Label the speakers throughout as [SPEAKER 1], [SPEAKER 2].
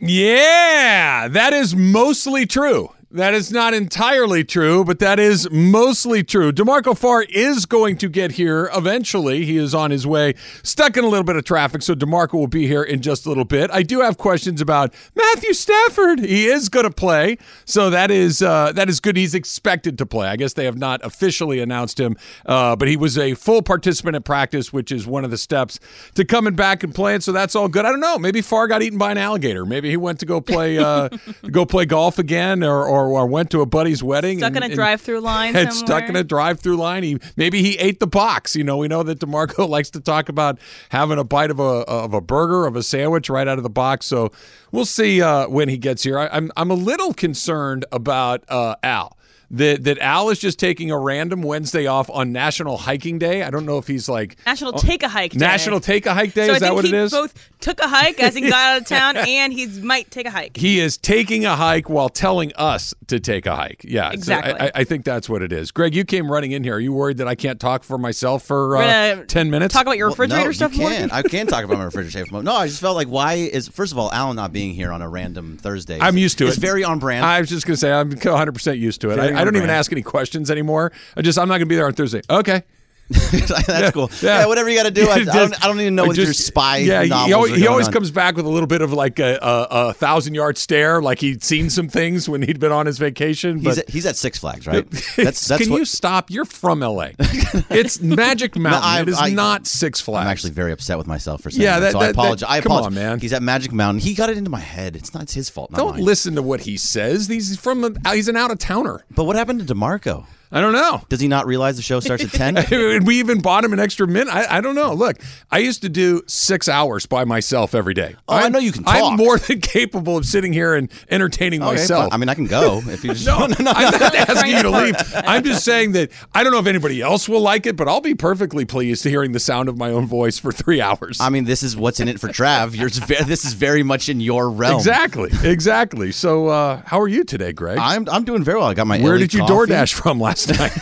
[SPEAKER 1] Yeah, that is mostly true. That is not entirely true, but that is mostly true. DeMarco Farr is going to get here eventually. He is on his way, stuck in a little bit of traffic, so DeMarco will be here in just a little bit. I do have questions about Matthew Stafford. He is going to play, so that is uh, that is good. He's expected to play. I guess they have not officially announced him, uh, but he was a full participant at practice, which is one of the steps to coming back and playing. So that's all good. I don't know. Maybe Farr got eaten by an alligator. Maybe he went to go play uh, go play golf again, or or, or went to a buddy's wedding
[SPEAKER 2] Stuck in a drive-through line
[SPEAKER 1] and stuck in
[SPEAKER 2] somewhere.
[SPEAKER 1] a drive-through line he maybe he ate the box you know we know that demarco likes to talk about having a bite of a of a burger of a sandwich right out of the box so we'll see uh, when he gets here I, I'm, I'm a little concerned about uh, al that, that Al is just taking a random Wednesday off on National Hiking Day. I don't know if he's like
[SPEAKER 2] National Take a Hike Day.
[SPEAKER 1] Oh, National Take a Hike Day.
[SPEAKER 2] So I
[SPEAKER 1] is that
[SPEAKER 2] think
[SPEAKER 1] what
[SPEAKER 2] he
[SPEAKER 1] it is?
[SPEAKER 2] both took a hike as he got out of town, and he might take a hike.
[SPEAKER 1] He is taking a hike while telling us to take a hike. Yeah, so
[SPEAKER 2] Exactly.
[SPEAKER 1] I, I- I think that's what it is. Greg, you came running in here. Are you worried that I can't talk for myself for
[SPEAKER 2] We're
[SPEAKER 1] uh,
[SPEAKER 2] gonna
[SPEAKER 1] ten minutes?
[SPEAKER 2] Talk about your refrigerator
[SPEAKER 3] no,
[SPEAKER 2] stuff
[SPEAKER 3] You
[SPEAKER 2] more.
[SPEAKER 3] can. I can talk about my refrigerator stuff. No, I just felt like why is first of all Alan not being here on a random Thursday.
[SPEAKER 1] I'm used to
[SPEAKER 3] it's
[SPEAKER 1] it.
[SPEAKER 3] It's very on brand.
[SPEAKER 1] I was just gonna say I'm 100 percent used to it. I,
[SPEAKER 3] Very
[SPEAKER 1] I don't even
[SPEAKER 3] on-brand.
[SPEAKER 1] ask any questions anymore. I just I'm not gonna be there on Thursday. Okay.
[SPEAKER 3] That's cool. Yeah, whatever you got to do. I, I, don't, I don't even know what
[SPEAKER 1] Just-
[SPEAKER 3] your spy
[SPEAKER 1] Yeah, he-
[SPEAKER 3] novels
[SPEAKER 1] he always,
[SPEAKER 3] are
[SPEAKER 1] he
[SPEAKER 3] going
[SPEAKER 1] always
[SPEAKER 3] on.
[SPEAKER 1] comes back with a little bit of like a, a, a thousand yard stare, like he'd seen some things when he'd been on his vacation. But
[SPEAKER 3] He's at, he's at Six Flags, right? That's that's
[SPEAKER 1] Can
[SPEAKER 3] what
[SPEAKER 1] you stop? You're from LA. it's Magic Mountain.
[SPEAKER 3] I-
[SPEAKER 1] it is
[SPEAKER 3] I-
[SPEAKER 1] not Six Flags.
[SPEAKER 3] I'm actually very upset with myself for saying
[SPEAKER 1] Yeah, that-
[SPEAKER 3] that, so I
[SPEAKER 1] that- that-
[SPEAKER 3] apologize. I
[SPEAKER 1] come on,
[SPEAKER 3] apologize.
[SPEAKER 1] man.
[SPEAKER 3] He's at Magic Mountain. He got it into my head. It's not it's his fault. Not
[SPEAKER 1] Don't
[SPEAKER 3] mine.
[SPEAKER 1] listen to what he says. He's from. A, he's an out of towner.
[SPEAKER 3] But what happened to Demarco?
[SPEAKER 1] I don't know.
[SPEAKER 3] Does he not realize the show starts at ten?
[SPEAKER 1] and we even bought him an extra minute. I, I don't know. Look, I used to do six hours by myself every day.
[SPEAKER 3] Oh, I know you can
[SPEAKER 1] I'm
[SPEAKER 3] talk.
[SPEAKER 1] more than capable of sitting here and entertaining myself.
[SPEAKER 3] I mean, I can go if you just.
[SPEAKER 1] no, I'm not asking you to
[SPEAKER 2] Right.
[SPEAKER 1] leave. I'm just saying that I don't know if anybody else will like it, but I'll be perfectly pleased to hearing the sound of my own voice for three hours.
[SPEAKER 3] I mean, this is what's in it for Trav. You're, this is very much in your realm.
[SPEAKER 1] exactly, exactly. So, uh, how are you today, Greg?
[SPEAKER 3] I'm I'm doing very well. I got my.
[SPEAKER 1] Where
[SPEAKER 3] LA
[SPEAKER 1] did you
[SPEAKER 3] coffee.
[SPEAKER 1] DoorDash from last night?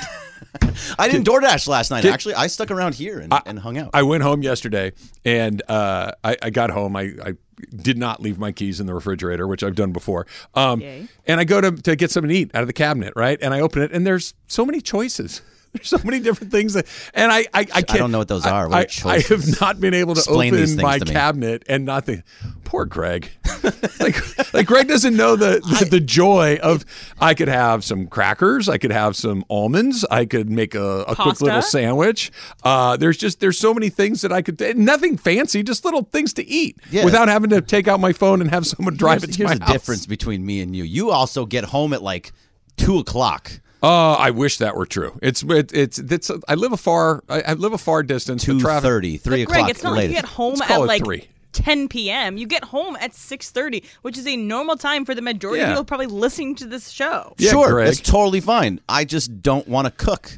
[SPEAKER 3] I didn't DoorDash last night. Actually, I stuck around here and, and hung out.
[SPEAKER 1] I went home yesterday and uh, I, I got home. I, I did not leave my keys in the refrigerator, which I've done before. Um,
[SPEAKER 2] Yay.
[SPEAKER 1] and I go to, to get something to eat out of the cabinet, right? And I open it, and there's so many choices. There's so many different things that, and I, I, I can't.
[SPEAKER 3] don't know what those are. What are
[SPEAKER 1] I- I, I
[SPEAKER 3] choices?
[SPEAKER 1] have not been able to
[SPEAKER 3] Explain these
[SPEAKER 1] open
[SPEAKER 3] things
[SPEAKER 1] my
[SPEAKER 3] to me.
[SPEAKER 1] cabinet and not think. Poor Greg. like, like Greg doesn't know the the, the joy of. I could have some crackers. I could have some almonds. I could make a, a quick
[SPEAKER 2] Pasta?
[SPEAKER 1] little sandwich. Uh, there's just there's so many things that I could nothing fancy, just little things to eat
[SPEAKER 3] Yeah.
[SPEAKER 1] without having to take out my phone and have someone drive
[SPEAKER 3] here's
[SPEAKER 1] it to
[SPEAKER 3] here's
[SPEAKER 1] my
[SPEAKER 3] the
[SPEAKER 1] house.
[SPEAKER 3] difference between me and you. You also get home at like two o'clock.
[SPEAKER 1] Uh, I wish that were true. It's it, it's it's I live a far I, I live a far distance. The
[SPEAKER 3] Two
[SPEAKER 1] traffic-
[SPEAKER 3] thirty, three
[SPEAKER 2] Greg,
[SPEAKER 3] o'clock.
[SPEAKER 2] it's not like you
[SPEAKER 3] latest.
[SPEAKER 2] get home
[SPEAKER 1] Let's
[SPEAKER 2] at
[SPEAKER 1] call it
[SPEAKER 2] like
[SPEAKER 1] three.
[SPEAKER 2] 10 p.m. You get home at 6:30, which is a normal time for the majority
[SPEAKER 1] Yeah.
[SPEAKER 2] of people probably listening to this show.
[SPEAKER 1] Yeah,
[SPEAKER 3] sure,
[SPEAKER 1] Greg.
[SPEAKER 3] that's totally fine. I just don't want to cook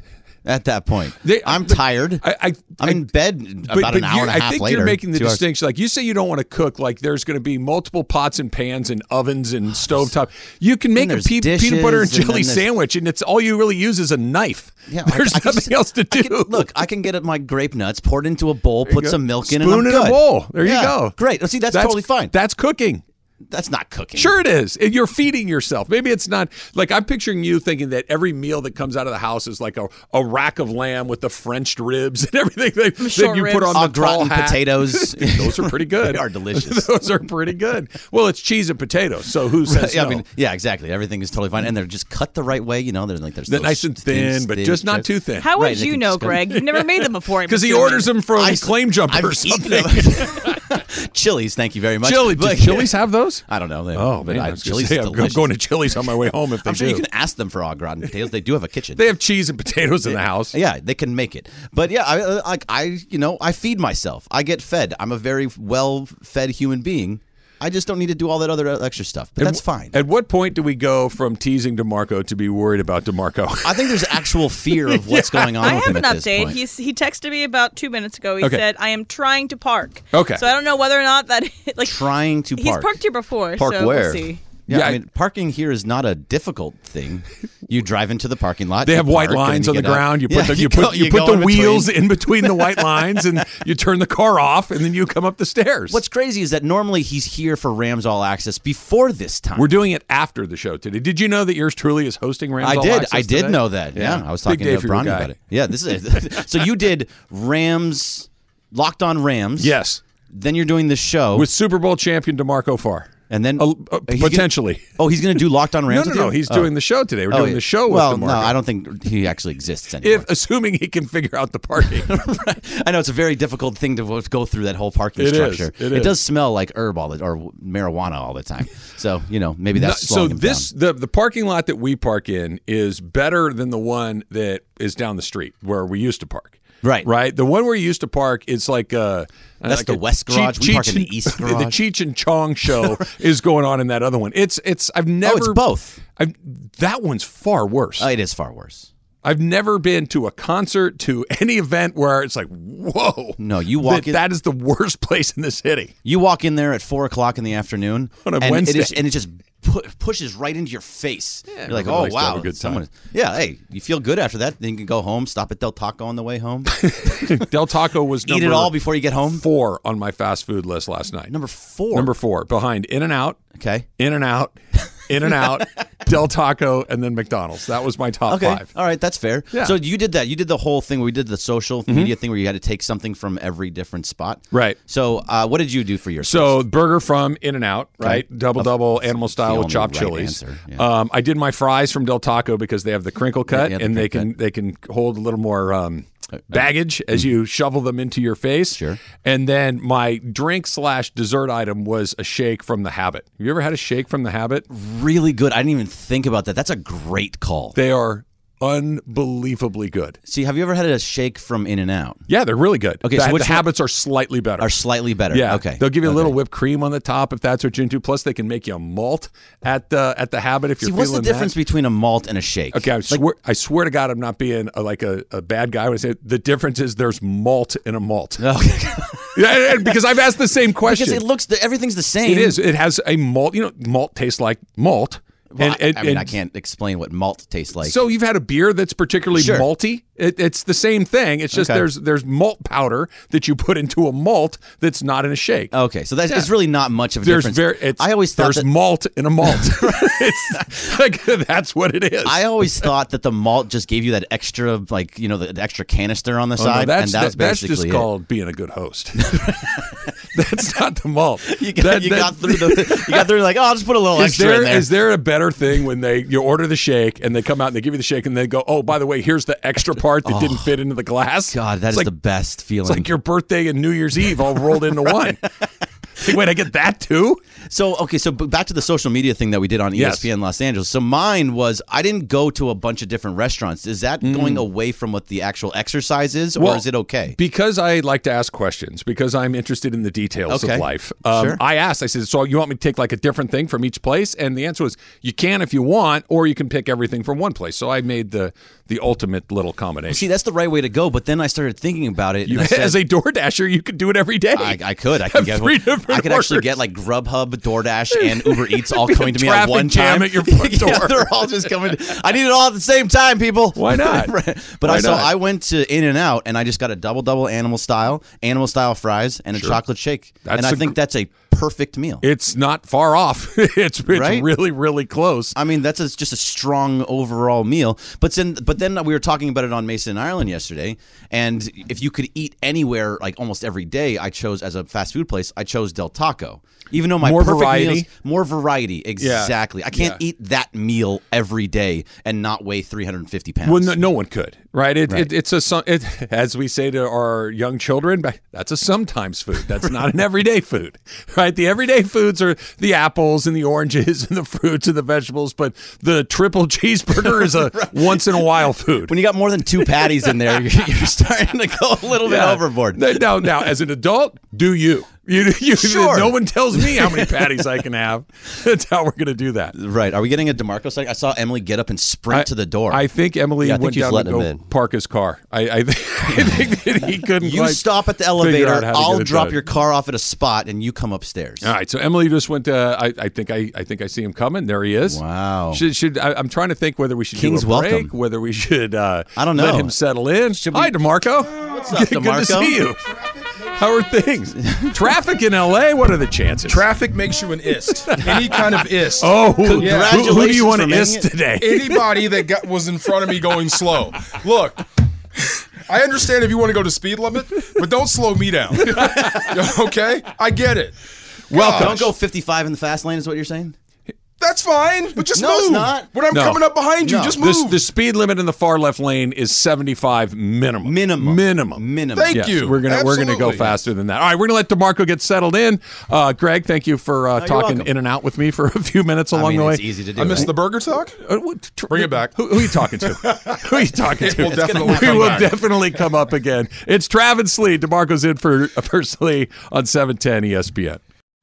[SPEAKER 3] at that point.
[SPEAKER 1] They-
[SPEAKER 3] I'm
[SPEAKER 1] but-
[SPEAKER 3] tired.
[SPEAKER 1] I, I
[SPEAKER 3] am in bed about an hour
[SPEAKER 1] you're-
[SPEAKER 3] and a half
[SPEAKER 1] I think
[SPEAKER 3] later.
[SPEAKER 1] you're making the
[SPEAKER 3] two hours.
[SPEAKER 1] distinction. Like you say, you don't want to cook. Like there's going to be multiple pots and pans and ovens and stovetop. You can make a
[SPEAKER 3] there's
[SPEAKER 1] pe- peanut butter and
[SPEAKER 3] dishes, and
[SPEAKER 1] jelly
[SPEAKER 3] then there's-
[SPEAKER 1] sandwich, and it's all you really use is a knife.
[SPEAKER 3] Yeah, I-
[SPEAKER 1] there's
[SPEAKER 3] I could
[SPEAKER 1] nothing
[SPEAKER 3] just-
[SPEAKER 1] else to
[SPEAKER 3] I
[SPEAKER 1] do.
[SPEAKER 3] could- look, I can get my grape nuts poured into a bowl, put
[SPEAKER 1] go.
[SPEAKER 3] some milk
[SPEAKER 1] Spoon
[SPEAKER 3] in, and I'm
[SPEAKER 1] in a
[SPEAKER 3] good.
[SPEAKER 1] bowl. There you
[SPEAKER 3] Yeah,
[SPEAKER 1] go.
[SPEAKER 3] Great. Oh, See, that's, totally fine.
[SPEAKER 1] That's cooking.
[SPEAKER 3] that's not cooking.
[SPEAKER 1] Sure, it is. And You're feeding yourself. Maybe it's not like I'm picturing you thinking that every meal that comes out of the house is like a, a rack of lamb with the Frenched ribs and everything that, that
[SPEAKER 2] short
[SPEAKER 1] you put
[SPEAKER 2] ribs.
[SPEAKER 1] on
[SPEAKER 3] Au
[SPEAKER 1] the tall
[SPEAKER 3] gratin
[SPEAKER 1] hat.
[SPEAKER 3] potatoes.
[SPEAKER 1] Those are pretty good.
[SPEAKER 3] They are delicious.
[SPEAKER 1] Those are pretty good. Well, it's cheese and potatoes. So who says
[SPEAKER 3] yeah,
[SPEAKER 1] no?
[SPEAKER 3] I mean, yeah, exactly. Everything is totally fine, and they're just cut the right way. You know, they're like they're
[SPEAKER 1] They're nice and thin, but just not too thin.
[SPEAKER 2] How
[SPEAKER 3] Right,
[SPEAKER 2] would
[SPEAKER 3] they
[SPEAKER 2] you
[SPEAKER 3] can
[SPEAKER 2] know,
[SPEAKER 3] just go-
[SPEAKER 2] Greg? You've never made them before. I'm
[SPEAKER 1] Because he
[SPEAKER 2] assuming.
[SPEAKER 1] orders them from Claim Jumper
[SPEAKER 3] I've
[SPEAKER 1] or
[SPEAKER 3] eaten
[SPEAKER 1] something.
[SPEAKER 3] them. Chili's, thank you very much.
[SPEAKER 1] Chili, do
[SPEAKER 3] But-
[SPEAKER 1] Chili's have those?
[SPEAKER 3] I don't know. They-
[SPEAKER 1] Oh,
[SPEAKER 3] but
[SPEAKER 1] man,
[SPEAKER 3] I,
[SPEAKER 1] I was gonna
[SPEAKER 3] Chili's
[SPEAKER 1] say,
[SPEAKER 3] is
[SPEAKER 1] I'm, I'm
[SPEAKER 3] delicious.
[SPEAKER 1] going to Chili's on my way home if they
[SPEAKER 3] I'm sure
[SPEAKER 1] do.
[SPEAKER 3] you can ask them for au gratin potatoes. They do have a kitchen.
[SPEAKER 1] They have cheese and potatoes in the house.
[SPEAKER 3] Yeah, they can make it. But yeah, I I- like I you know I feed myself. I get fed. I'm a very well fed human being. I just don't need to do all that other uh, extra stuff. But that's fine.
[SPEAKER 1] At what point do we go from teasing DeMarco to be worried about DeMarco?
[SPEAKER 3] I think there's actual fear of what's going on.
[SPEAKER 2] I
[SPEAKER 3] with
[SPEAKER 2] have
[SPEAKER 3] him
[SPEAKER 2] an
[SPEAKER 3] at this
[SPEAKER 2] update.
[SPEAKER 3] point.
[SPEAKER 2] He's, he texted me about two minutes ago. He
[SPEAKER 1] Okay.
[SPEAKER 2] said, "I am trying to park."
[SPEAKER 1] Okay.
[SPEAKER 2] So I don't know whether or not that like
[SPEAKER 3] trying to
[SPEAKER 2] he's
[SPEAKER 3] park.
[SPEAKER 2] parked here before.
[SPEAKER 4] Park
[SPEAKER 2] so
[SPEAKER 4] where?
[SPEAKER 2] We'll see.
[SPEAKER 3] Yeah,
[SPEAKER 1] Yeah,
[SPEAKER 3] I
[SPEAKER 1] I-
[SPEAKER 3] mean, parking here is not a difficult thing. You drive into the parking lot.
[SPEAKER 1] They
[SPEAKER 3] you
[SPEAKER 1] have white
[SPEAKER 3] park, and then
[SPEAKER 1] lines on the
[SPEAKER 3] get out.
[SPEAKER 1] ground. You put
[SPEAKER 3] Yeah,
[SPEAKER 1] the, you, put
[SPEAKER 3] go-
[SPEAKER 1] you,
[SPEAKER 3] you
[SPEAKER 1] put
[SPEAKER 3] go
[SPEAKER 1] the
[SPEAKER 3] in between.
[SPEAKER 1] wheels in between the white lines, and you turn the car off, and then you come up the stairs.
[SPEAKER 3] What's crazy is that normally he's here for Rams All Access before this time.
[SPEAKER 1] We're doing it after the show today. Did you know that yours truly is hosting Rams?
[SPEAKER 3] I
[SPEAKER 1] All
[SPEAKER 3] did.
[SPEAKER 1] Access
[SPEAKER 3] I did
[SPEAKER 1] today?
[SPEAKER 3] know that. Yeah, I was
[SPEAKER 1] Big
[SPEAKER 3] talking
[SPEAKER 1] day
[SPEAKER 3] to
[SPEAKER 1] for your
[SPEAKER 3] Bronny
[SPEAKER 1] guy.
[SPEAKER 3] about it. Yeah, this is. so you did Rams, locked on Rams.
[SPEAKER 1] Yes,
[SPEAKER 3] Then you're doing the show
[SPEAKER 1] with Super Bowl champion Demarco Farr,
[SPEAKER 3] and then
[SPEAKER 1] Uh, uh,
[SPEAKER 3] He's gonna-
[SPEAKER 1] potentially.
[SPEAKER 3] oh, he's going to do locked on
[SPEAKER 1] No,
[SPEAKER 3] Rams.
[SPEAKER 1] no,
[SPEAKER 3] with
[SPEAKER 1] no.
[SPEAKER 3] you?
[SPEAKER 1] He's
[SPEAKER 3] Oh.
[SPEAKER 1] doing the show today. We're
[SPEAKER 3] Oh,
[SPEAKER 1] doing
[SPEAKER 3] yeah.
[SPEAKER 1] the show with
[SPEAKER 3] Well,
[SPEAKER 1] DeMarco.
[SPEAKER 3] no, I don't think he actually exists anymore.
[SPEAKER 1] If assuming he can figure out the parking,
[SPEAKER 3] I know it's a very difficult thing to go through that whole parking
[SPEAKER 1] It is.
[SPEAKER 3] structure.
[SPEAKER 1] It is.
[SPEAKER 3] does smell like herb all the or marijuana all the time. So you know maybe that's
[SPEAKER 1] No, so
[SPEAKER 3] slowing him
[SPEAKER 1] this
[SPEAKER 3] down.
[SPEAKER 1] the the parking lot that we park in is better than the one that is down the street where we used to park.
[SPEAKER 3] Right.
[SPEAKER 1] right. The one where you used to park, it's like uh,
[SPEAKER 3] That's
[SPEAKER 1] like
[SPEAKER 3] the
[SPEAKER 1] a
[SPEAKER 3] west
[SPEAKER 1] Cheech-
[SPEAKER 3] garage. We park
[SPEAKER 1] Cheech
[SPEAKER 3] in the
[SPEAKER 1] and-
[SPEAKER 3] east
[SPEAKER 1] The
[SPEAKER 3] garage.
[SPEAKER 1] Cheech and Chong show is going on in that other one. It's it's
[SPEAKER 3] Oh,
[SPEAKER 1] I've never
[SPEAKER 3] both.
[SPEAKER 1] I've, that one's far worse.
[SPEAKER 3] Oh, it is far worse.
[SPEAKER 1] I've never been to a concert to any event where it's like whoa.
[SPEAKER 3] No, you walk
[SPEAKER 1] that,
[SPEAKER 3] in-
[SPEAKER 1] that is the worst place in the city.
[SPEAKER 3] You walk in there at four o'clock in the afternoon
[SPEAKER 1] On a
[SPEAKER 3] and
[SPEAKER 1] Wednesday.
[SPEAKER 3] it is, and it just pu- pushes right into your face. You're like,
[SPEAKER 1] everybody
[SPEAKER 3] oh
[SPEAKER 1] likes to have
[SPEAKER 3] wow,
[SPEAKER 1] a good
[SPEAKER 3] someone- Yeah, hey, you feel good after that. Then you can go home, stop at Del Taco on the way home,
[SPEAKER 1] Del Taco was
[SPEAKER 3] eat
[SPEAKER 1] number
[SPEAKER 3] it all before you get home.
[SPEAKER 1] four on my fast food list last night.
[SPEAKER 3] Number four.
[SPEAKER 1] Number four, behind In and Out,
[SPEAKER 3] okay.
[SPEAKER 1] In and Out, In and Out, Del Taco, and then McDonald's. That was my top
[SPEAKER 3] Okay.
[SPEAKER 1] five.
[SPEAKER 3] All right, that's fair.
[SPEAKER 1] Yeah. Mm-hmm.
[SPEAKER 3] So you did that. You did the whole thing. where We did the social media thing where you had to take something from every different spot.
[SPEAKER 1] Right.
[SPEAKER 3] So uh, what did you do for yours?
[SPEAKER 1] So burger from In and Out, right?
[SPEAKER 3] Okay.
[SPEAKER 1] Double
[SPEAKER 3] Of-
[SPEAKER 1] double animal style with
[SPEAKER 3] only
[SPEAKER 1] chopped
[SPEAKER 3] right
[SPEAKER 1] chilies.
[SPEAKER 3] answer, yeah.
[SPEAKER 1] Um, I did my fries from Del Taco because they have the crinkle cut
[SPEAKER 3] yeah, the
[SPEAKER 1] and they can
[SPEAKER 3] crinkle Uh,
[SPEAKER 1] they can hold a little more um, baggage as you shovel them into your face.
[SPEAKER 3] mm. Sure.
[SPEAKER 1] And then my drink slash dessert item was a shake from the Habit. Have you ever had a shake from the Habit?
[SPEAKER 3] really good. I didn't even think about that. That's a great call.
[SPEAKER 1] They are unbelievably good.
[SPEAKER 3] See, have you ever had a shake from In and Out?
[SPEAKER 1] Yeah, they're really good.
[SPEAKER 3] Okay,
[SPEAKER 1] the,
[SPEAKER 3] so
[SPEAKER 1] the
[SPEAKER 3] which one-
[SPEAKER 1] habits are slightly better.
[SPEAKER 3] Are slightly better.
[SPEAKER 1] yeah,
[SPEAKER 3] Okay.
[SPEAKER 1] They'll give you a little whipped cream on the top if that's what you're into. Plus, they can make you a malt at the at the habit if you're
[SPEAKER 3] See, what's the
[SPEAKER 1] feeling
[SPEAKER 3] difference
[SPEAKER 1] That.
[SPEAKER 3] between a malt and a shake?
[SPEAKER 1] Okay, I swear, I swear to God, I'm not being a, like a, a bad guy when I say it. the difference is there's malt in a malt.
[SPEAKER 3] Okay.
[SPEAKER 1] Yeah, and- and because I've asked the same question.
[SPEAKER 3] because it looks the, everything's the same.
[SPEAKER 1] it is. It has a malt. You know, malt tastes like malt.
[SPEAKER 3] Well, I- I mean,
[SPEAKER 1] and-
[SPEAKER 3] I can't explain what malt tastes like.
[SPEAKER 1] So you've had a beer that's particularly
[SPEAKER 3] Sure.
[SPEAKER 1] malty. It, it's the same thing. It's just
[SPEAKER 3] Okay.
[SPEAKER 1] there's there's malt powder that you put into a malt that's not in a shake.
[SPEAKER 3] okay, so that's it's really not much of a
[SPEAKER 1] there's
[SPEAKER 3] Oh, difference.
[SPEAKER 1] very. It's,
[SPEAKER 3] I always thought
[SPEAKER 1] there's
[SPEAKER 3] that,
[SPEAKER 1] malt in a malt. it's like that's what it is.
[SPEAKER 3] I always thought that the malt just gave you that extra, like you know, the, the extra canister on the
[SPEAKER 1] Oh, no,
[SPEAKER 3] side,
[SPEAKER 1] that's
[SPEAKER 3] and that was
[SPEAKER 1] that- that's
[SPEAKER 3] basically
[SPEAKER 1] just
[SPEAKER 3] it.
[SPEAKER 1] called being a good host. that's not the malt.
[SPEAKER 3] You got,
[SPEAKER 1] That-
[SPEAKER 3] you
[SPEAKER 1] that-
[SPEAKER 3] got through the, you got through like, oh, I'll just put a little
[SPEAKER 1] Is
[SPEAKER 3] extra
[SPEAKER 1] there,
[SPEAKER 3] in there.
[SPEAKER 1] is there a better thing when they you order the shake and they come out and they give you the shake and they go, oh, by the way, here's the extra part that didn't fit into the glass?
[SPEAKER 3] Oh. God, that
[SPEAKER 1] It's
[SPEAKER 3] is
[SPEAKER 1] like,
[SPEAKER 3] the best feeling.
[SPEAKER 1] It's like your birthday and New Year's Eve all rolled into one. Like, wait, I get that too?
[SPEAKER 3] so okay, so b- back to the social media thing that we did on E ESPN
[SPEAKER 1] Yes.
[SPEAKER 3] Los Angeles. So mine was I didn't go to a bunch of different restaurants. Is that going away from what the actual exercise is, or
[SPEAKER 1] Mm. Well,
[SPEAKER 3] is it okay?
[SPEAKER 1] Because I like to ask questions, because I'm interested in the details
[SPEAKER 3] Okay.
[SPEAKER 1] of life. Um,
[SPEAKER 3] Sure.
[SPEAKER 1] I asked, I said, so you want me to take like a different thing from each place? And the answer was, you can if you want, or you can pick everything from one place. So I made the the ultimate little combination.
[SPEAKER 3] See, that's the right way to go. But then I started thinking about it.
[SPEAKER 1] You-
[SPEAKER 3] and I said,
[SPEAKER 1] as a door dasher, you could do it every day.
[SPEAKER 3] I, I could. I could get
[SPEAKER 1] three
[SPEAKER 3] one-
[SPEAKER 1] different
[SPEAKER 3] I could actually
[SPEAKER 1] orders.
[SPEAKER 3] get like Grubhub, DoorDash, and Uber Eats all coming to me at
[SPEAKER 1] traffic
[SPEAKER 3] one
[SPEAKER 1] jam
[SPEAKER 3] time.
[SPEAKER 1] at your front door.
[SPEAKER 3] yeah, they're all just coming. I need it all at the same time, people.
[SPEAKER 1] Why not?
[SPEAKER 3] Right. but
[SPEAKER 1] Why
[SPEAKER 3] I so
[SPEAKER 1] not?
[SPEAKER 3] I went to In and Out and I just got a double double animal style, animal style fries, and a chocolate shake.
[SPEAKER 1] That's
[SPEAKER 3] and I
[SPEAKER 1] a
[SPEAKER 3] think
[SPEAKER 1] gr-
[SPEAKER 3] that's a perfect meal.
[SPEAKER 1] It's not far off. it's it's
[SPEAKER 3] Right?
[SPEAKER 1] really really close.
[SPEAKER 3] I mean, that's a, just a strong overall meal. But then, but then we were talking about it on Mason Ireland yesterday. And if you could eat anywhere, like almost every day, I chose as a fast food place. I chose Del Taco, even though my
[SPEAKER 1] More
[SPEAKER 3] perfect
[SPEAKER 1] variety.
[SPEAKER 3] meals- more variety. Exactly. I can't eat that meal every day and not weigh 350 pounds.
[SPEAKER 1] Well, no, no one could, right? It, It, it's a some- it, as we say to our young children, back- that's a sometimes food. That's not an everyday food, right? The everyday foods are the apples and the oranges and the fruits and the vegetables, but the triple cheeseburger is a once in a while food.
[SPEAKER 3] when you got more than two patties in there, you're, you're starting to go a little bit overboard.
[SPEAKER 1] Now, now, as an adult, do you? You, you,
[SPEAKER 3] Sure.
[SPEAKER 1] No one tells me how many patties I can have. That's how we're going to do that.
[SPEAKER 3] Right. Are we getting a DeMarco second? I saw Emily get up and sprint
[SPEAKER 1] I-
[SPEAKER 3] to the door.
[SPEAKER 1] I think Emily
[SPEAKER 4] Yeah, I think
[SPEAKER 1] went
[SPEAKER 4] she's
[SPEAKER 1] down to
[SPEAKER 4] letting
[SPEAKER 1] go
[SPEAKER 4] him in.
[SPEAKER 1] park his car. I, I, think, I think that he couldn't.
[SPEAKER 3] you
[SPEAKER 1] quite
[SPEAKER 3] stop at the
[SPEAKER 1] figure out
[SPEAKER 3] elevator.
[SPEAKER 1] how to get
[SPEAKER 3] I'll
[SPEAKER 1] it
[SPEAKER 3] drop
[SPEAKER 1] done.
[SPEAKER 3] your car off at a spot, and you come upstairs.
[SPEAKER 1] All right, so Emily just went. To, I, I think I, I think I see him coming. There he is.
[SPEAKER 3] Wow.
[SPEAKER 1] Should, should I, I'm trying to think whether we should
[SPEAKER 3] King's
[SPEAKER 1] do a break,
[SPEAKER 3] welcome.
[SPEAKER 1] whether we should. Uh,
[SPEAKER 3] I don't
[SPEAKER 1] Let
[SPEAKER 3] know.
[SPEAKER 1] him settle in.
[SPEAKER 3] we-
[SPEAKER 1] Hi, Demarco. What's
[SPEAKER 3] up,
[SPEAKER 1] Good to
[SPEAKER 3] DeMarco?
[SPEAKER 1] see you. How are things? Traffic in L.A. What are the chances?
[SPEAKER 5] Traffic makes you an ist. Any kind of ist.
[SPEAKER 1] Oh, who, who, who do
[SPEAKER 3] Congratulations
[SPEAKER 1] you want
[SPEAKER 3] for
[SPEAKER 1] to
[SPEAKER 3] making
[SPEAKER 1] miss
[SPEAKER 3] it.
[SPEAKER 1] today?
[SPEAKER 5] Anybody that got, was in front of me going slow. Look, I understand if you want to go to speed limit, but don't slow me down. okay? I get it.
[SPEAKER 1] Welcome.
[SPEAKER 3] Oh, Don't go 55 in the fast lane, is what you're saying?
[SPEAKER 5] That's fine, but just
[SPEAKER 3] No,
[SPEAKER 5] move.
[SPEAKER 3] it's not.
[SPEAKER 5] When I'm
[SPEAKER 1] No.
[SPEAKER 5] coming up behind you,
[SPEAKER 3] No.
[SPEAKER 5] just move.
[SPEAKER 1] This, the speed limit in the far left lane is 75 minimum.
[SPEAKER 3] Minimum.
[SPEAKER 1] Minimum.
[SPEAKER 3] Minimum.
[SPEAKER 5] Thank
[SPEAKER 1] Yes,
[SPEAKER 5] you.
[SPEAKER 1] We're gonna we're gonna go
[SPEAKER 5] Absolutely.
[SPEAKER 1] faster than that. All right, we're gonna let Demarco get settled in. Uh, Greg, thank you for uh, talking
[SPEAKER 3] welcome.
[SPEAKER 1] in and out with me for a few minutes
[SPEAKER 3] I
[SPEAKER 1] along
[SPEAKER 3] mean,
[SPEAKER 1] the way.
[SPEAKER 3] it's easy to do.
[SPEAKER 5] I missed
[SPEAKER 3] right?
[SPEAKER 5] the burger talk?
[SPEAKER 1] Uh, what- tr-
[SPEAKER 5] Bring it back.
[SPEAKER 1] Who, who are you talking to? who are you talking to?
[SPEAKER 5] will
[SPEAKER 1] It's gonna
[SPEAKER 5] definitely
[SPEAKER 1] happen.
[SPEAKER 5] come
[SPEAKER 1] we will
[SPEAKER 5] back.
[SPEAKER 1] definitely come up again. It's Travis Lee. Demarco's in for for Lee on E 710 ESPN.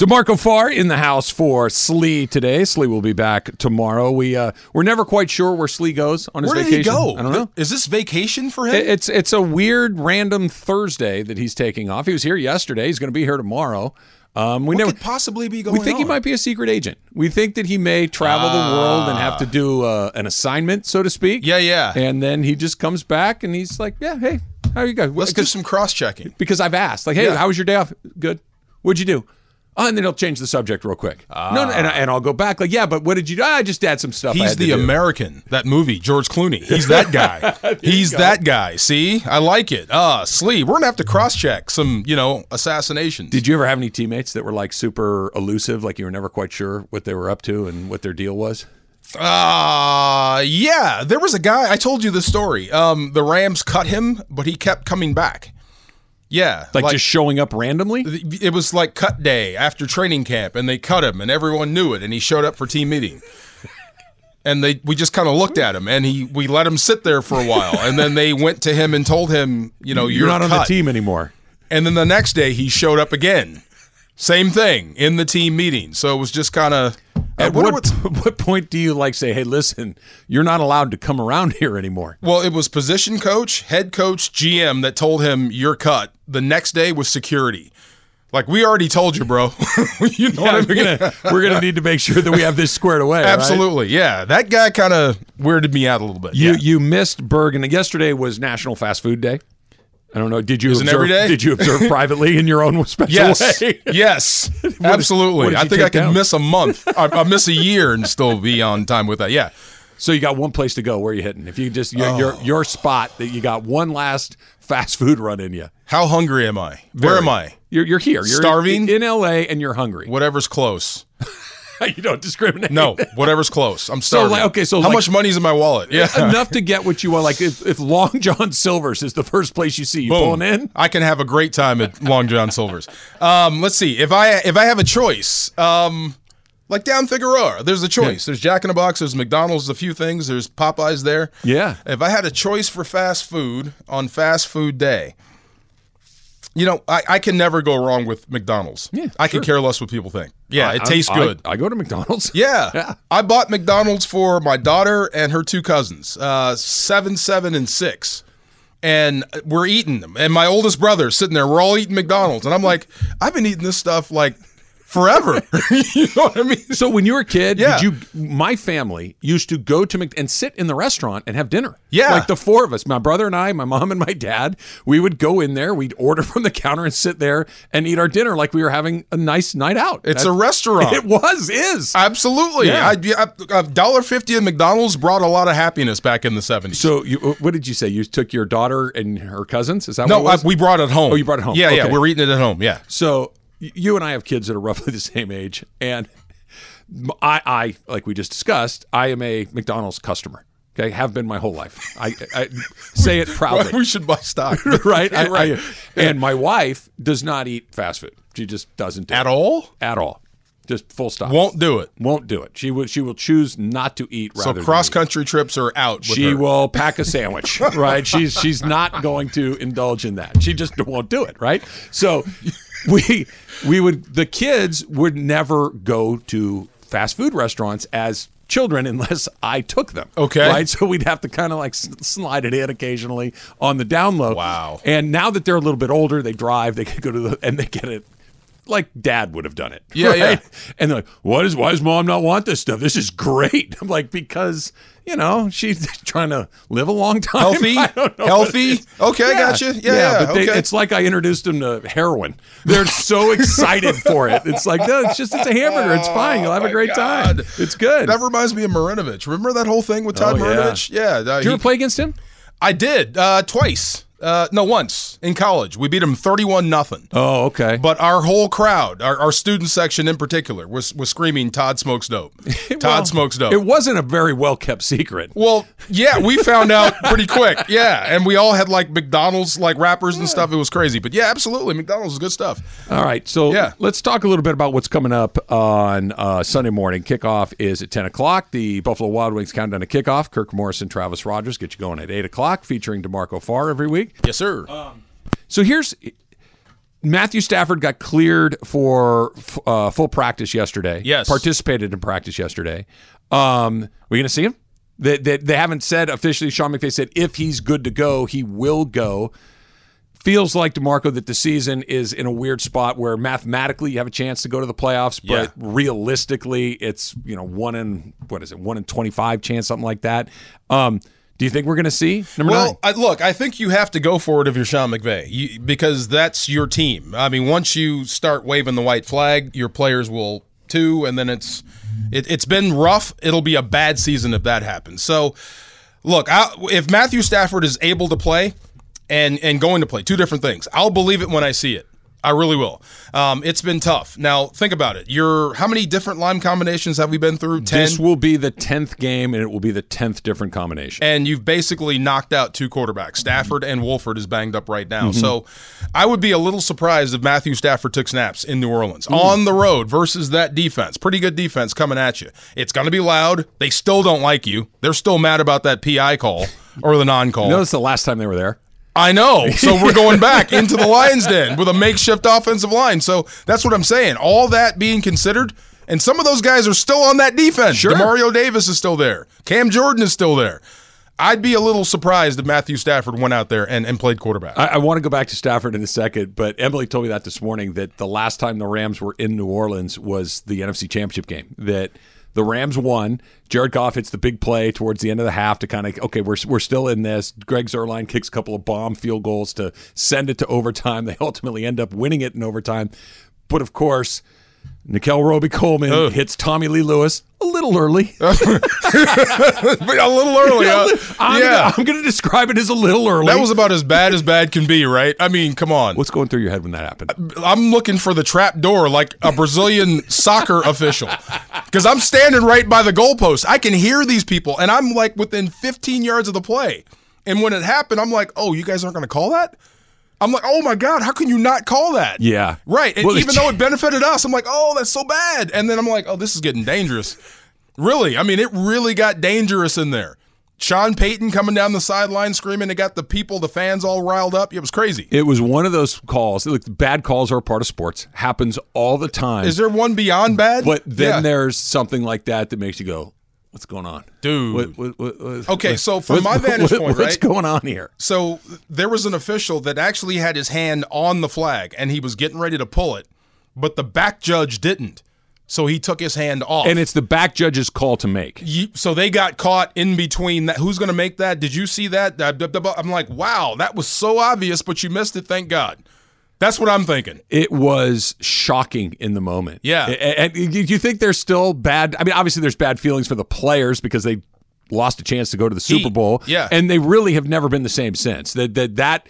[SPEAKER 1] DeMarco Farr in the house for Slee today. Slee will be back tomorrow. We uh, we're never quite sure where Slee goes on his
[SPEAKER 5] Where did
[SPEAKER 1] vacation.
[SPEAKER 5] he go?
[SPEAKER 1] I don't know.
[SPEAKER 5] Is this vacation for him?
[SPEAKER 1] It- It's it's a weird random Thursday that he's taking off. He was here yesterday. He's going to be here tomorrow. Um, we
[SPEAKER 5] what
[SPEAKER 1] never
[SPEAKER 5] could possibly be going
[SPEAKER 1] we think he
[SPEAKER 5] on? Ah.
[SPEAKER 1] might be a secret agent. We think that he may travel the world and have to do uh, an assignment, so to speak.
[SPEAKER 5] Yeah, yeah.
[SPEAKER 1] And then he just comes back and he's like, "Yeah, hey, how you guys?"
[SPEAKER 5] Let's do
[SPEAKER 1] Because-
[SPEAKER 5] some cross checking.
[SPEAKER 1] because I've asked, like, hey, how was your day off? Good. What'd you do? Oh, and then he'll change the subject real quick. No, no, and, I, and I'll go back, like, yeah, but what did you do? "Ah, I just did some stuff. I
[SPEAKER 5] He's
[SPEAKER 1] had to
[SPEAKER 5] the
[SPEAKER 1] do."
[SPEAKER 5] American. That movie, George Clooney. He's that guy. He's that guy. See, I like it. Uh, Slee, we're gonna have to cross check some, you know, assassinations.
[SPEAKER 1] Did you ever have any teammates that were like super elusive, like you were never quite sure what they were up to and what their deal was?
[SPEAKER 5] Uh, yeah. There was a guy. I told you the story. Um, the Rams cut him, but he kept coming back. Yeah,
[SPEAKER 1] Like, just showing up randomly?
[SPEAKER 5] it was like cut day after training camp, and they cut him, and everyone knew it, and he showed up for team meeting. And they, we just kind of looked at him, and he, we let him sit there for a while, and then they went to him and told him, you know, you're,
[SPEAKER 1] You're not on the
[SPEAKER 5] cut."
[SPEAKER 1] team anymore.
[SPEAKER 5] And then the next day he showed up again. Same thing in the team meeting. So it was just kind of
[SPEAKER 1] At what, what point do you like say, hey, listen, you're not allowed to come around here anymore?
[SPEAKER 5] well, it was position coach, head coach, GM that told him you're cut. The next day was security. Like we already told you, bro. you know what I
[SPEAKER 1] we're
[SPEAKER 5] mean?
[SPEAKER 1] gonna we're gonna need to make sure that we have this squared away. right?
[SPEAKER 5] Absolutely. Yeah. That guy kind of weirded me out a little bit.
[SPEAKER 1] You
[SPEAKER 5] yeah.
[SPEAKER 1] you missed Bergen. Yesterday was National Fast Food Day. I don't know. Did you
[SPEAKER 5] Isn't
[SPEAKER 1] observe?
[SPEAKER 5] every day?
[SPEAKER 1] Did you observe privately in your own special
[SPEAKER 5] Yes.
[SPEAKER 1] way?
[SPEAKER 5] yes.
[SPEAKER 1] what
[SPEAKER 5] Absolutely.
[SPEAKER 1] did
[SPEAKER 5] I
[SPEAKER 1] you
[SPEAKER 5] think I
[SPEAKER 1] take
[SPEAKER 5] could
[SPEAKER 1] down?
[SPEAKER 5] miss a month. I, I miss a year and still be on time with that. Yeah.
[SPEAKER 1] So you got one place to go. Where are you hitting? If you just your
[SPEAKER 5] Oh.
[SPEAKER 1] your, your spot that you got one last fast food run in you.
[SPEAKER 5] How hungry am I? Where am I?
[SPEAKER 1] You're, you're here. You're
[SPEAKER 5] Starving?
[SPEAKER 1] in, in L.A. and you're hungry.
[SPEAKER 5] Whatever's close.
[SPEAKER 1] you don't discriminate.
[SPEAKER 5] No, whatever's close. I'm starving.
[SPEAKER 1] like, okay, so
[SPEAKER 5] how
[SPEAKER 1] like-
[SPEAKER 5] much money's in my wallet? Yeah,
[SPEAKER 1] Enough to get what you want. Like if, if Long John Silver's is the first place you see, you
[SPEAKER 5] Boom.
[SPEAKER 1] pulling in.
[SPEAKER 5] I can have a great time at Long John Silver's. Um, let's see if I if I have a choice. Um, like down Figueroa, there's a choice. There's Jack in the Box. There's McDonald's. A few things. There's Popeyes there.
[SPEAKER 1] Yeah.
[SPEAKER 5] If I had a choice for fast food on fast food day, You know, I, I can never go wrong with McDonald's.
[SPEAKER 1] Yeah,
[SPEAKER 5] I could
[SPEAKER 1] sure.
[SPEAKER 5] care less what people think. Yeah,
[SPEAKER 1] I-
[SPEAKER 5] it tastes
[SPEAKER 1] I-
[SPEAKER 5] good.
[SPEAKER 1] I, I go to McDonald's.
[SPEAKER 5] yeah.
[SPEAKER 1] Yeah.
[SPEAKER 5] I bought McDonald's for my daughter and her two cousins, uh, seven, seven, and six. And we're eating them. And my oldest brother's sitting there. We're all eating McDonald's. And I'm like, I've been eating this stuff like forever. you know what I mean?
[SPEAKER 1] So when you were a kid,
[SPEAKER 5] Yeah.
[SPEAKER 1] did you? My family used to go to Mc, and sit in the restaurant and have dinner.
[SPEAKER 5] Yeah.
[SPEAKER 1] like the four of us, my brother and I, my mom and my dad. We would go in there. We'd order from the counter and sit there and eat our dinner like we were having a nice night out.
[SPEAKER 5] It's a
[SPEAKER 1] That-
[SPEAKER 5] restaurant.
[SPEAKER 1] It was is.
[SPEAKER 5] Absolutely.
[SPEAKER 1] Yeah.
[SPEAKER 5] I, I, a dollar fifty at McDonald's brought a lot of happiness back in the seventies.
[SPEAKER 1] so you, what did you say? You took your daughter and her cousins. Is that
[SPEAKER 5] no,
[SPEAKER 1] What
[SPEAKER 5] I,
[SPEAKER 1] it was?
[SPEAKER 5] we brought it home.
[SPEAKER 1] Oh, you brought it home.
[SPEAKER 5] Yeah, yeah.
[SPEAKER 1] Okay.
[SPEAKER 5] We're eating it at home. Yeah.
[SPEAKER 1] So y- you and I have kids that are roughly the same age, and m- I, I like we just discussed, I am a McDonald's customer. Okay, have been my whole life. I, I say it proudly.
[SPEAKER 5] we should buy stock.
[SPEAKER 1] right? I- I- and my wife does not eat fast food. She just doesn't do
[SPEAKER 5] at
[SPEAKER 1] it.
[SPEAKER 5] all?
[SPEAKER 1] At all. Just full stop.
[SPEAKER 5] Won't do it.
[SPEAKER 1] Won't do it. She will. She will choose not to eat.
[SPEAKER 5] So
[SPEAKER 1] Rather
[SPEAKER 5] cross
[SPEAKER 1] than eat.
[SPEAKER 5] country trips are out. With
[SPEAKER 1] She
[SPEAKER 5] her.
[SPEAKER 1] will pack a sandwich, right? She's she's not going to indulge in that. She just won't do it, right? So we we would the kids would never go to fast food restaurants as children unless I took them.
[SPEAKER 5] Okay.
[SPEAKER 1] Right? So we'd have to kind of like s- slide it in occasionally on the down low.
[SPEAKER 5] Wow.
[SPEAKER 1] And now that they're a little bit older, they drive, they could go to the and they get it like dad would have done it.
[SPEAKER 5] Yeah,
[SPEAKER 1] right?
[SPEAKER 5] yeah.
[SPEAKER 1] And they're like, "What is? Why does mom not want this stuff? This is great." I'm like, "Because you know she's trying to live a long time,
[SPEAKER 5] Healthy?
[SPEAKER 1] I don't know
[SPEAKER 5] Healthy?
[SPEAKER 1] what it is.
[SPEAKER 5] Okay, gotcha. Yeah, yeah,
[SPEAKER 1] but they,
[SPEAKER 5] okay.
[SPEAKER 1] it's like I introduced them to heroin. They're so excited for it. It's like, no, it's just it's a hamburger. It's fine. You'll have a
[SPEAKER 5] Oh, my
[SPEAKER 1] great time.
[SPEAKER 5] God.
[SPEAKER 1] It's good.
[SPEAKER 5] That reminds me of Marinovich. Remember that whole thing with Todd
[SPEAKER 1] Oh, yeah.
[SPEAKER 5] Marinovich? Yeah. uh,
[SPEAKER 1] Did you
[SPEAKER 5] he-
[SPEAKER 1] ever play against him?
[SPEAKER 5] I did uh, twice. Uh, no, once in college. We beat him thirty-one nothing.
[SPEAKER 1] Oh, okay.
[SPEAKER 5] But our whole crowd, our, our student section in particular, was was screaming, "Todd smokes dope. Todd smokes dope."
[SPEAKER 1] It wasn't a very well kept secret.
[SPEAKER 5] Well, yeah, we found out pretty quick. Yeah, and we all had like McDonald's like wrappers and stuff. It was crazy, but yeah, absolutely, McDonald's is good stuff.
[SPEAKER 1] All right, so
[SPEAKER 5] Yeah.
[SPEAKER 1] let's talk a little bit about what's coming up on uh, Sunday morning. Kickoff is at 10 o'clock. The Buffalo Wild Wings countdown to kickoff. Kirk Morrison, Travis Rogers get you going at 8 o'clock, featuring DeMarco Farr every week.
[SPEAKER 5] Yes, sir.
[SPEAKER 1] So here's Matthew Stafford got cleared for f- uh, full practice yesterday.
[SPEAKER 5] Yes.
[SPEAKER 1] Participated in practice yesterday. Um, we going to see him? They, they, they haven't said officially. Sean McVay said if he's good to go, he will go feels like DeMarco that the season is in a weird spot where mathematically you have a chance to go to the playoffs, but realistically it's, you know, one in what is it, one in twenty five chance, something like that. Um, do you think we're gonna see number nine?
[SPEAKER 5] Well, I, look, I think you have to go for it if you're Sean McVay you, because that's your team. I mean, once you start waving the white flag, your players will too, and then it's it, it's been rough. It'll be a bad season if that happens. So, look, I, if Matthew Stafford is able to play and and going to play, two different things. I'll believe it when I see it. I really will. Um, it's been tough. Now think about it. You're how many different line combinations have we been through? Ten.
[SPEAKER 1] This will be the tenth game and it will be the tenth different combination.
[SPEAKER 5] and you've basically knocked out two quarterbacks. Stafford and Wolford is banged up right now. So I would be a little surprised if Matthew Stafford took snaps in New Orleans on the road versus that defense. Pretty good defense coming at you. It's going to be loud. They still don't like you. They're still mad about that PI call or the non call.
[SPEAKER 1] Notice the last time they were there.
[SPEAKER 5] I know. So we're going back into the Lions den with a makeshift offensive line. So that's what I'm saying. All that being considered, and some of those guys are still on that defense.
[SPEAKER 1] Sure.
[SPEAKER 5] Demario Davis is still there. Cam Jordan is still there. I'd be a little surprised if Matthew Stafford went out there and, and played quarterback.
[SPEAKER 1] I, I want to go back to Stafford in a second, but Emily told me that this morning that the last time the Rams were in New Orleans was the NFC Championship game. That the Rams won. Jared Goff hits the big play towards the end of the half to kind of okay, we're we're still in this. Greg Zerline kicks a couple of bomb field goals to send it to overtime. They ultimately end up winning it in overtime, but of course. Nikel Roby Coleman hits Tommy Lee Lewis a little early.
[SPEAKER 5] a little early. uh,
[SPEAKER 1] I'm
[SPEAKER 5] yeah.
[SPEAKER 1] going to describe it as a little early.
[SPEAKER 5] that was about as bad as bad can be, right? I mean, come on.
[SPEAKER 1] What's going through your head when that happened?
[SPEAKER 5] I'm looking for the trap door like a Brazilian soccer official because I'm standing right by the goalpost. I can hear these people, and I'm like within 15 yards of the play. And when it happened, I'm like, oh, you guys aren't going to call that? I'm like, oh my God, how can you not call that?
[SPEAKER 1] Yeah.
[SPEAKER 5] Right. And
[SPEAKER 1] Well,
[SPEAKER 5] even though it benefited us, I'm like, oh, that's so bad. And then I'm like, oh, this is getting dangerous. Really? I mean, it really got dangerous in there. Sean Payton coming down the sideline screaming. It got the people, the fans all riled up. It was crazy.
[SPEAKER 1] It was one of those calls. Look, bad calls are a part of sports. Happens all the time.
[SPEAKER 5] Is there one beyond bad?
[SPEAKER 1] but then
[SPEAKER 5] Yeah.
[SPEAKER 1] there's something like that that makes you go, "What's going on,
[SPEAKER 5] Dude.
[SPEAKER 1] What, what, what, what-
[SPEAKER 5] Okay, so from
[SPEAKER 1] what-
[SPEAKER 5] my vantage
[SPEAKER 1] what-
[SPEAKER 5] point,
[SPEAKER 1] what's
[SPEAKER 5] right?
[SPEAKER 1] going on here?
[SPEAKER 5] So there was an official that actually had his hand on the flag and he was getting ready to pull it, but the back judge didn't. So he took his hand off.
[SPEAKER 1] And it's the back judge's call to make.
[SPEAKER 5] You- so they got caught in between that. Who's going to make that? Did you see that? Da- da- da- da- I'm like, wow, that was so obvious, but you missed it. Thank God. That's what I'm thinking.
[SPEAKER 1] It was shocking in the moment.
[SPEAKER 5] Yeah.
[SPEAKER 1] A- And do you think there's still bad? I mean, obviously, there's bad feelings for the players because they lost a chance to go to the Super Bowl.
[SPEAKER 5] yeah.
[SPEAKER 1] And they really have never been the same since. That that that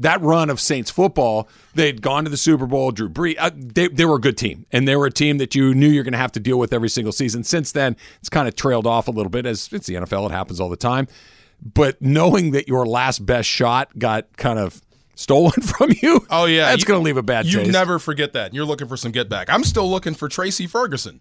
[SPEAKER 1] that run of Saints football, they'd gone to the Super Bowl. Drew Brees, uh, they they were a good team, and they were a team that you knew you're going to have to deal with every single season. Since then, it's kind of trailed off a little bit. As it's the NFL, it happens all the time. But knowing that your last best shot got kind of stolen from you,
[SPEAKER 5] Oh yeah,
[SPEAKER 1] that's
[SPEAKER 5] You-
[SPEAKER 1] going to leave a bad
[SPEAKER 5] You
[SPEAKER 1] taste.
[SPEAKER 5] never forget that. You're looking for some get back. I'm still looking for Tracy Ferguson,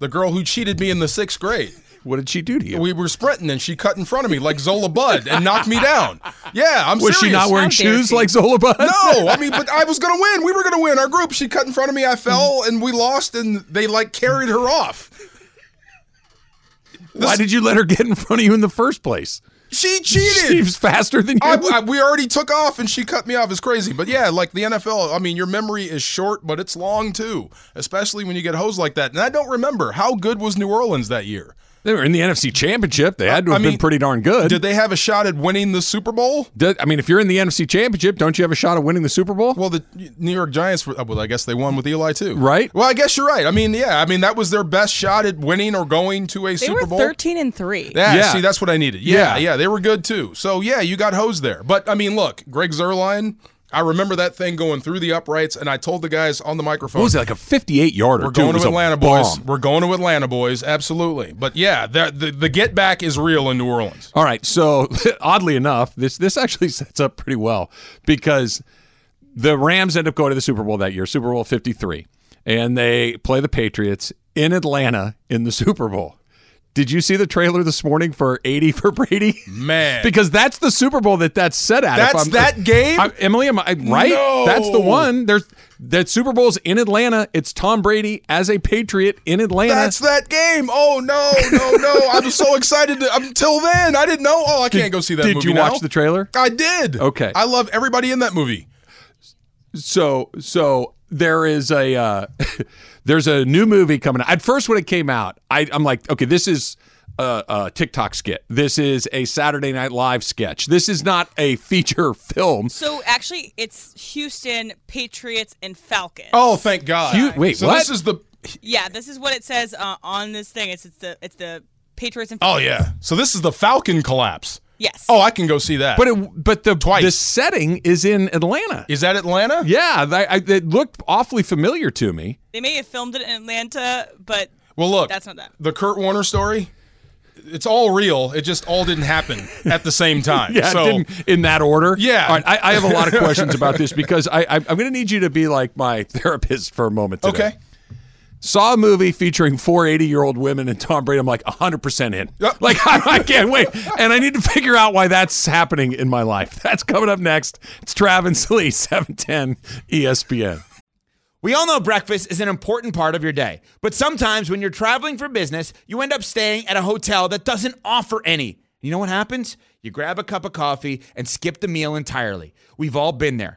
[SPEAKER 5] the girl who cheated me in the sixth grade.
[SPEAKER 1] What did she do to you?
[SPEAKER 5] We were sprinting and she cut in front of me like Zola Bud and knocked me down. Yeah, I'm
[SPEAKER 1] was she
[SPEAKER 5] serious.
[SPEAKER 1] not wearing
[SPEAKER 2] How dare
[SPEAKER 1] shoes
[SPEAKER 2] she.
[SPEAKER 1] like Zola Bud?
[SPEAKER 5] No, I mean, but I was gonna win. We were gonna win. Our group. She cut in front of me. I fell
[SPEAKER 1] Hmm.
[SPEAKER 5] and we lost, and they like carried her off.
[SPEAKER 1] Why did you let her get in front of you in the first place?
[SPEAKER 5] She cheated.
[SPEAKER 1] She was faster than you.
[SPEAKER 5] I, I- we already took off and she cut me off. It's crazy. But yeah, like the NFL, I mean, your memory is short, but it's long too, especially when you get hosed like that. And I don't remember how good was New Orleans that year.
[SPEAKER 1] they were in the NFC Championship. They had to
[SPEAKER 5] I
[SPEAKER 1] have been
[SPEAKER 5] mean,
[SPEAKER 1] pretty darn good.
[SPEAKER 5] Did they have a shot at winning the Super Bowl?
[SPEAKER 1] Does- I mean, if you're in the NFC Championship, don't you have a shot at winning the Super Bowl?
[SPEAKER 5] Well, the New York Giants, were, well, I guess they won with Eli too.
[SPEAKER 1] Right.
[SPEAKER 5] Well, I guess you're right. I mean, yeah, I mean, that was their best shot at winning or going to a
[SPEAKER 2] They
[SPEAKER 5] Super
[SPEAKER 2] were
[SPEAKER 5] Bowl.
[SPEAKER 2] 13 and 3.
[SPEAKER 5] Yeah,
[SPEAKER 1] Yeah.
[SPEAKER 5] see, that's what I needed. Yeah, yeah,
[SPEAKER 1] Yeah.
[SPEAKER 5] they were good too. So yeah, you got hosed there. But I mean, look, Greg Zerline, I remember that thing going through the uprights, and I told the guys on the microphone,
[SPEAKER 1] what was it like a 58 yarder?
[SPEAKER 5] "We're
[SPEAKER 1] Dude,
[SPEAKER 5] going
[SPEAKER 1] it was
[SPEAKER 5] to
[SPEAKER 1] a
[SPEAKER 5] Atlanta, boys.
[SPEAKER 1] bomb.
[SPEAKER 5] We're going to Atlanta, boys. Absolutely." But yeah, the the, the get back is real in New Orleans.
[SPEAKER 1] All right. So oddly enough, this this actually sets up pretty well because the Rams end up going to the Super Bowl that year, Super Bowl 53, and they play the Patriots in Atlanta in the Super Bowl. Did you see the trailer this morning for 80 for Brady?
[SPEAKER 5] Man,
[SPEAKER 1] Because that's the Super Bowl that that's set at. if
[SPEAKER 5] That's
[SPEAKER 1] I'm-
[SPEAKER 5] that game?
[SPEAKER 1] I- Emily, am I right?
[SPEAKER 5] No.
[SPEAKER 1] That's the one. There's that Super Bowl's in Atlanta. It's Tom Brady as a Patriot in Atlanta.
[SPEAKER 5] that's that game. Oh no, no, no! I'm so excited. To, until then, I didn't know. Oh, I can't go see that.
[SPEAKER 1] Did
[SPEAKER 5] movie
[SPEAKER 1] you
[SPEAKER 5] now.
[SPEAKER 1] watch the trailer?
[SPEAKER 5] I did.
[SPEAKER 1] Okay.
[SPEAKER 5] I love everybody in that movie.
[SPEAKER 1] so so there is a uh, there's a new movie coming out. At first, when it came out, I, I'm like, okay, this is a, a TikTok skit. This is a Saturday Night Live sketch. This is not a feature film.
[SPEAKER 2] So actually, it's Houston Patriots and Falcons.
[SPEAKER 5] Oh, thank God.
[SPEAKER 1] You- wait,
[SPEAKER 5] so
[SPEAKER 1] what?
[SPEAKER 5] This is the
[SPEAKER 2] yeah. This is what it says uh, on this thing. It's it's the it's the Patriots and
[SPEAKER 5] Oh
[SPEAKER 2] Falcons.
[SPEAKER 5] yeah. So this is the Falcon collapse.
[SPEAKER 2] Yes.
[SPEAKER 5] Oh, I can go see that.
[SPEAKER 1] But it, but the
[SPEAKER 5] Twice.
[SPEAKER 1] the setting is in Atlanta.
[SPEAKER 5] is that Atlanta?
[SPEAKER 1] Yeah, that, I, that looked awfully familiar to me.
[SPEAKER 2] They may have filmed it in Atlanta, but
[SPEAKER 5] Well, look.
[SPEAKER 2] That's not that.
[SPEAKER 5] The Kurt Warner story. It's all real. It just all didn't happen at the same time.
[SPEAKER 1] Yeah, it
[SPEAKER 5] So
[SPEAKER 1] didn't- in that order.
[SPEAKER 5] Yeah.
[SPEAKER 1] All right, I, I have a lot of questions about this because I, I, I'm going to need you to be like my therapist for a moment today.
[SPEAKER 5] okay.
[SPEAKER 1] Saw a movie featuring four 80 year old women and Tom Brady. I'm like 100% in.
[SPEAKER 5] Yep.
[SPEAKER 1] Like, I, I can't wait. And I need to figure out why that's happening in my life. That's coming up next. It's Travis Lee, E 710 ESPN.
[SPEAKER 4] We all know breakfast is an important part of your day, but sometimes when you're traveling for business, you end up staying at a hotel that doesn't offer any. You know what happens? You grab a cup of coffee and skip the meal entirely. We've all been there.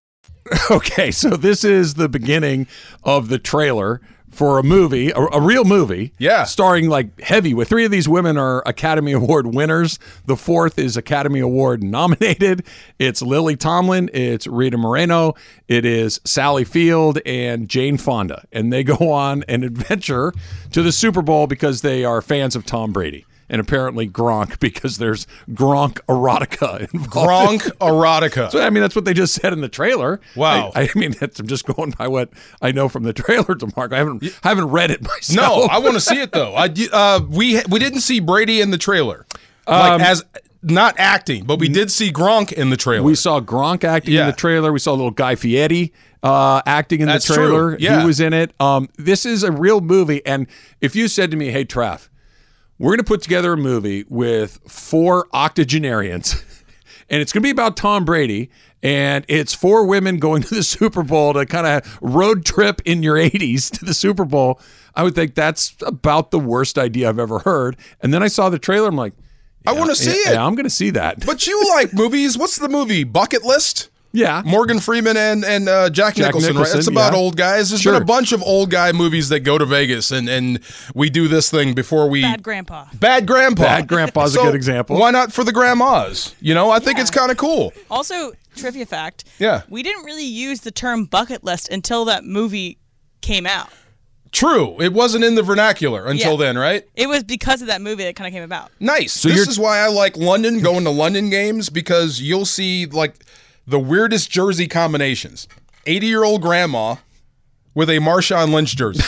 [SPEAKER 1] Okay, so this is the beginning of the trailer for a movie, a, a real movie.
[SPEAKER 5] Yeah.
[SPEAKER 1] Starring like heavy with three of these women are Academy Award winners. The fourth is Academy Award nominated. It's Lily Tomlin, it's Rita Moreno, it is Sally Field and Jane Fonda. And they go on an adventure to the Super Bowl because they are fans of Tom Brady. And apparently Gronk because there's Gronk erotica
[SPEAKER 5] Gronk
[SPEAKER 1] involved.
[SPEAKER 5] erotica.
[SPEAKER 1] So, I mean, that's what they just said in the trailer.
[SPEAKER 5] Wow.
[SPEAKER 1] I, I mean, that's, I'm just going by what I know from the trailer to Mark. I haven't I haven't read it myself.
[SPEAKER 5] No, I want to see it though. I d- uh, we we didn't see Brady in the trailer, like
[SPEAKER 1] Um,
[SPEAKER 5] as not acting, but we did see Gronk in the trailer.
[SPEAKER 1] We saw Gronk acting in
[SPEAKER 5] Yeah.
[SPEAKER 1] the trailer. We saw little Guy Fieri uh, acting in
[SPEAKER 5] That's
[SPEAKER 1] the
[SPEAKER 5] true.
[SPEAKER 1] trailer.
[SPEAKER 5] Yeah.
[SPEAKER 1] He was in it. Um, this is a real movie. And if you said to me, hey, Trav, we're going to put together a movie with four octogenarians, and it's going to be about Tom Brady. And it's four women going to the Super Bowl to kind of road trip in your 80s to the Super Bowl. I would think that's about the worst idea I've ever heard. And then I saw the trailer. I'm like,
[SPEAKER 5] I want to see
[SPEAKER 1] yeah,
[SPEAKER 5] it.
[SPEAKER 1] I'm going to see that.
[SPEAKER 5] But you like movies? What's the movie Bucket List?
[SPEAKER 1] yeah.
[SPEAKER 5] Morgan Freeman and and uh, Jack,
[SPEAKER 1] Jack
[SPEAKER 5] Nicholson,
[SPEAKER 1] Nicholson,
[SPEAKER 5] right? It's about
[SPEAKER 1] yeah.
[SPEAKER 5] old guys. There's
[SPEAKER 1] Sure.
[SPEAKER 5] been a bunch of old guy movies that go to Vegas, and and we do this thing before we
[SPEAKER 2] Bad grandpa.
[SPEAKER 5] Bad grandpa.
[SPEAKER 1] Bad grandpa's a
[SPEAKER 5] So
[SPEAKER 1] good example.
[SPEAKER 5] Why not for the grandmas? You know, I think it's kind of cool.
[SPEAKER 2] Also, trivia fact.
[SPEAKER 5] Yeah.
[SPEAKER 2] We didn't really use the term bucket list until that movie came out.
[SPEAKER 5] True, it wasn't in the vernacular until
[SPEAKER 2] Yeah.
[SPEAKER 5] then, right?
[SPEAKER 2] It was because of that movie that kind of came about.
[SPEAKER 5] Nice. this
[SPEAKER 1] you're-
[SPEAKER 5] is why I like London, going to London games because you'll see like the weirdest jersey combinations. 80 year old grandma with a Marshawn Lynch jersey.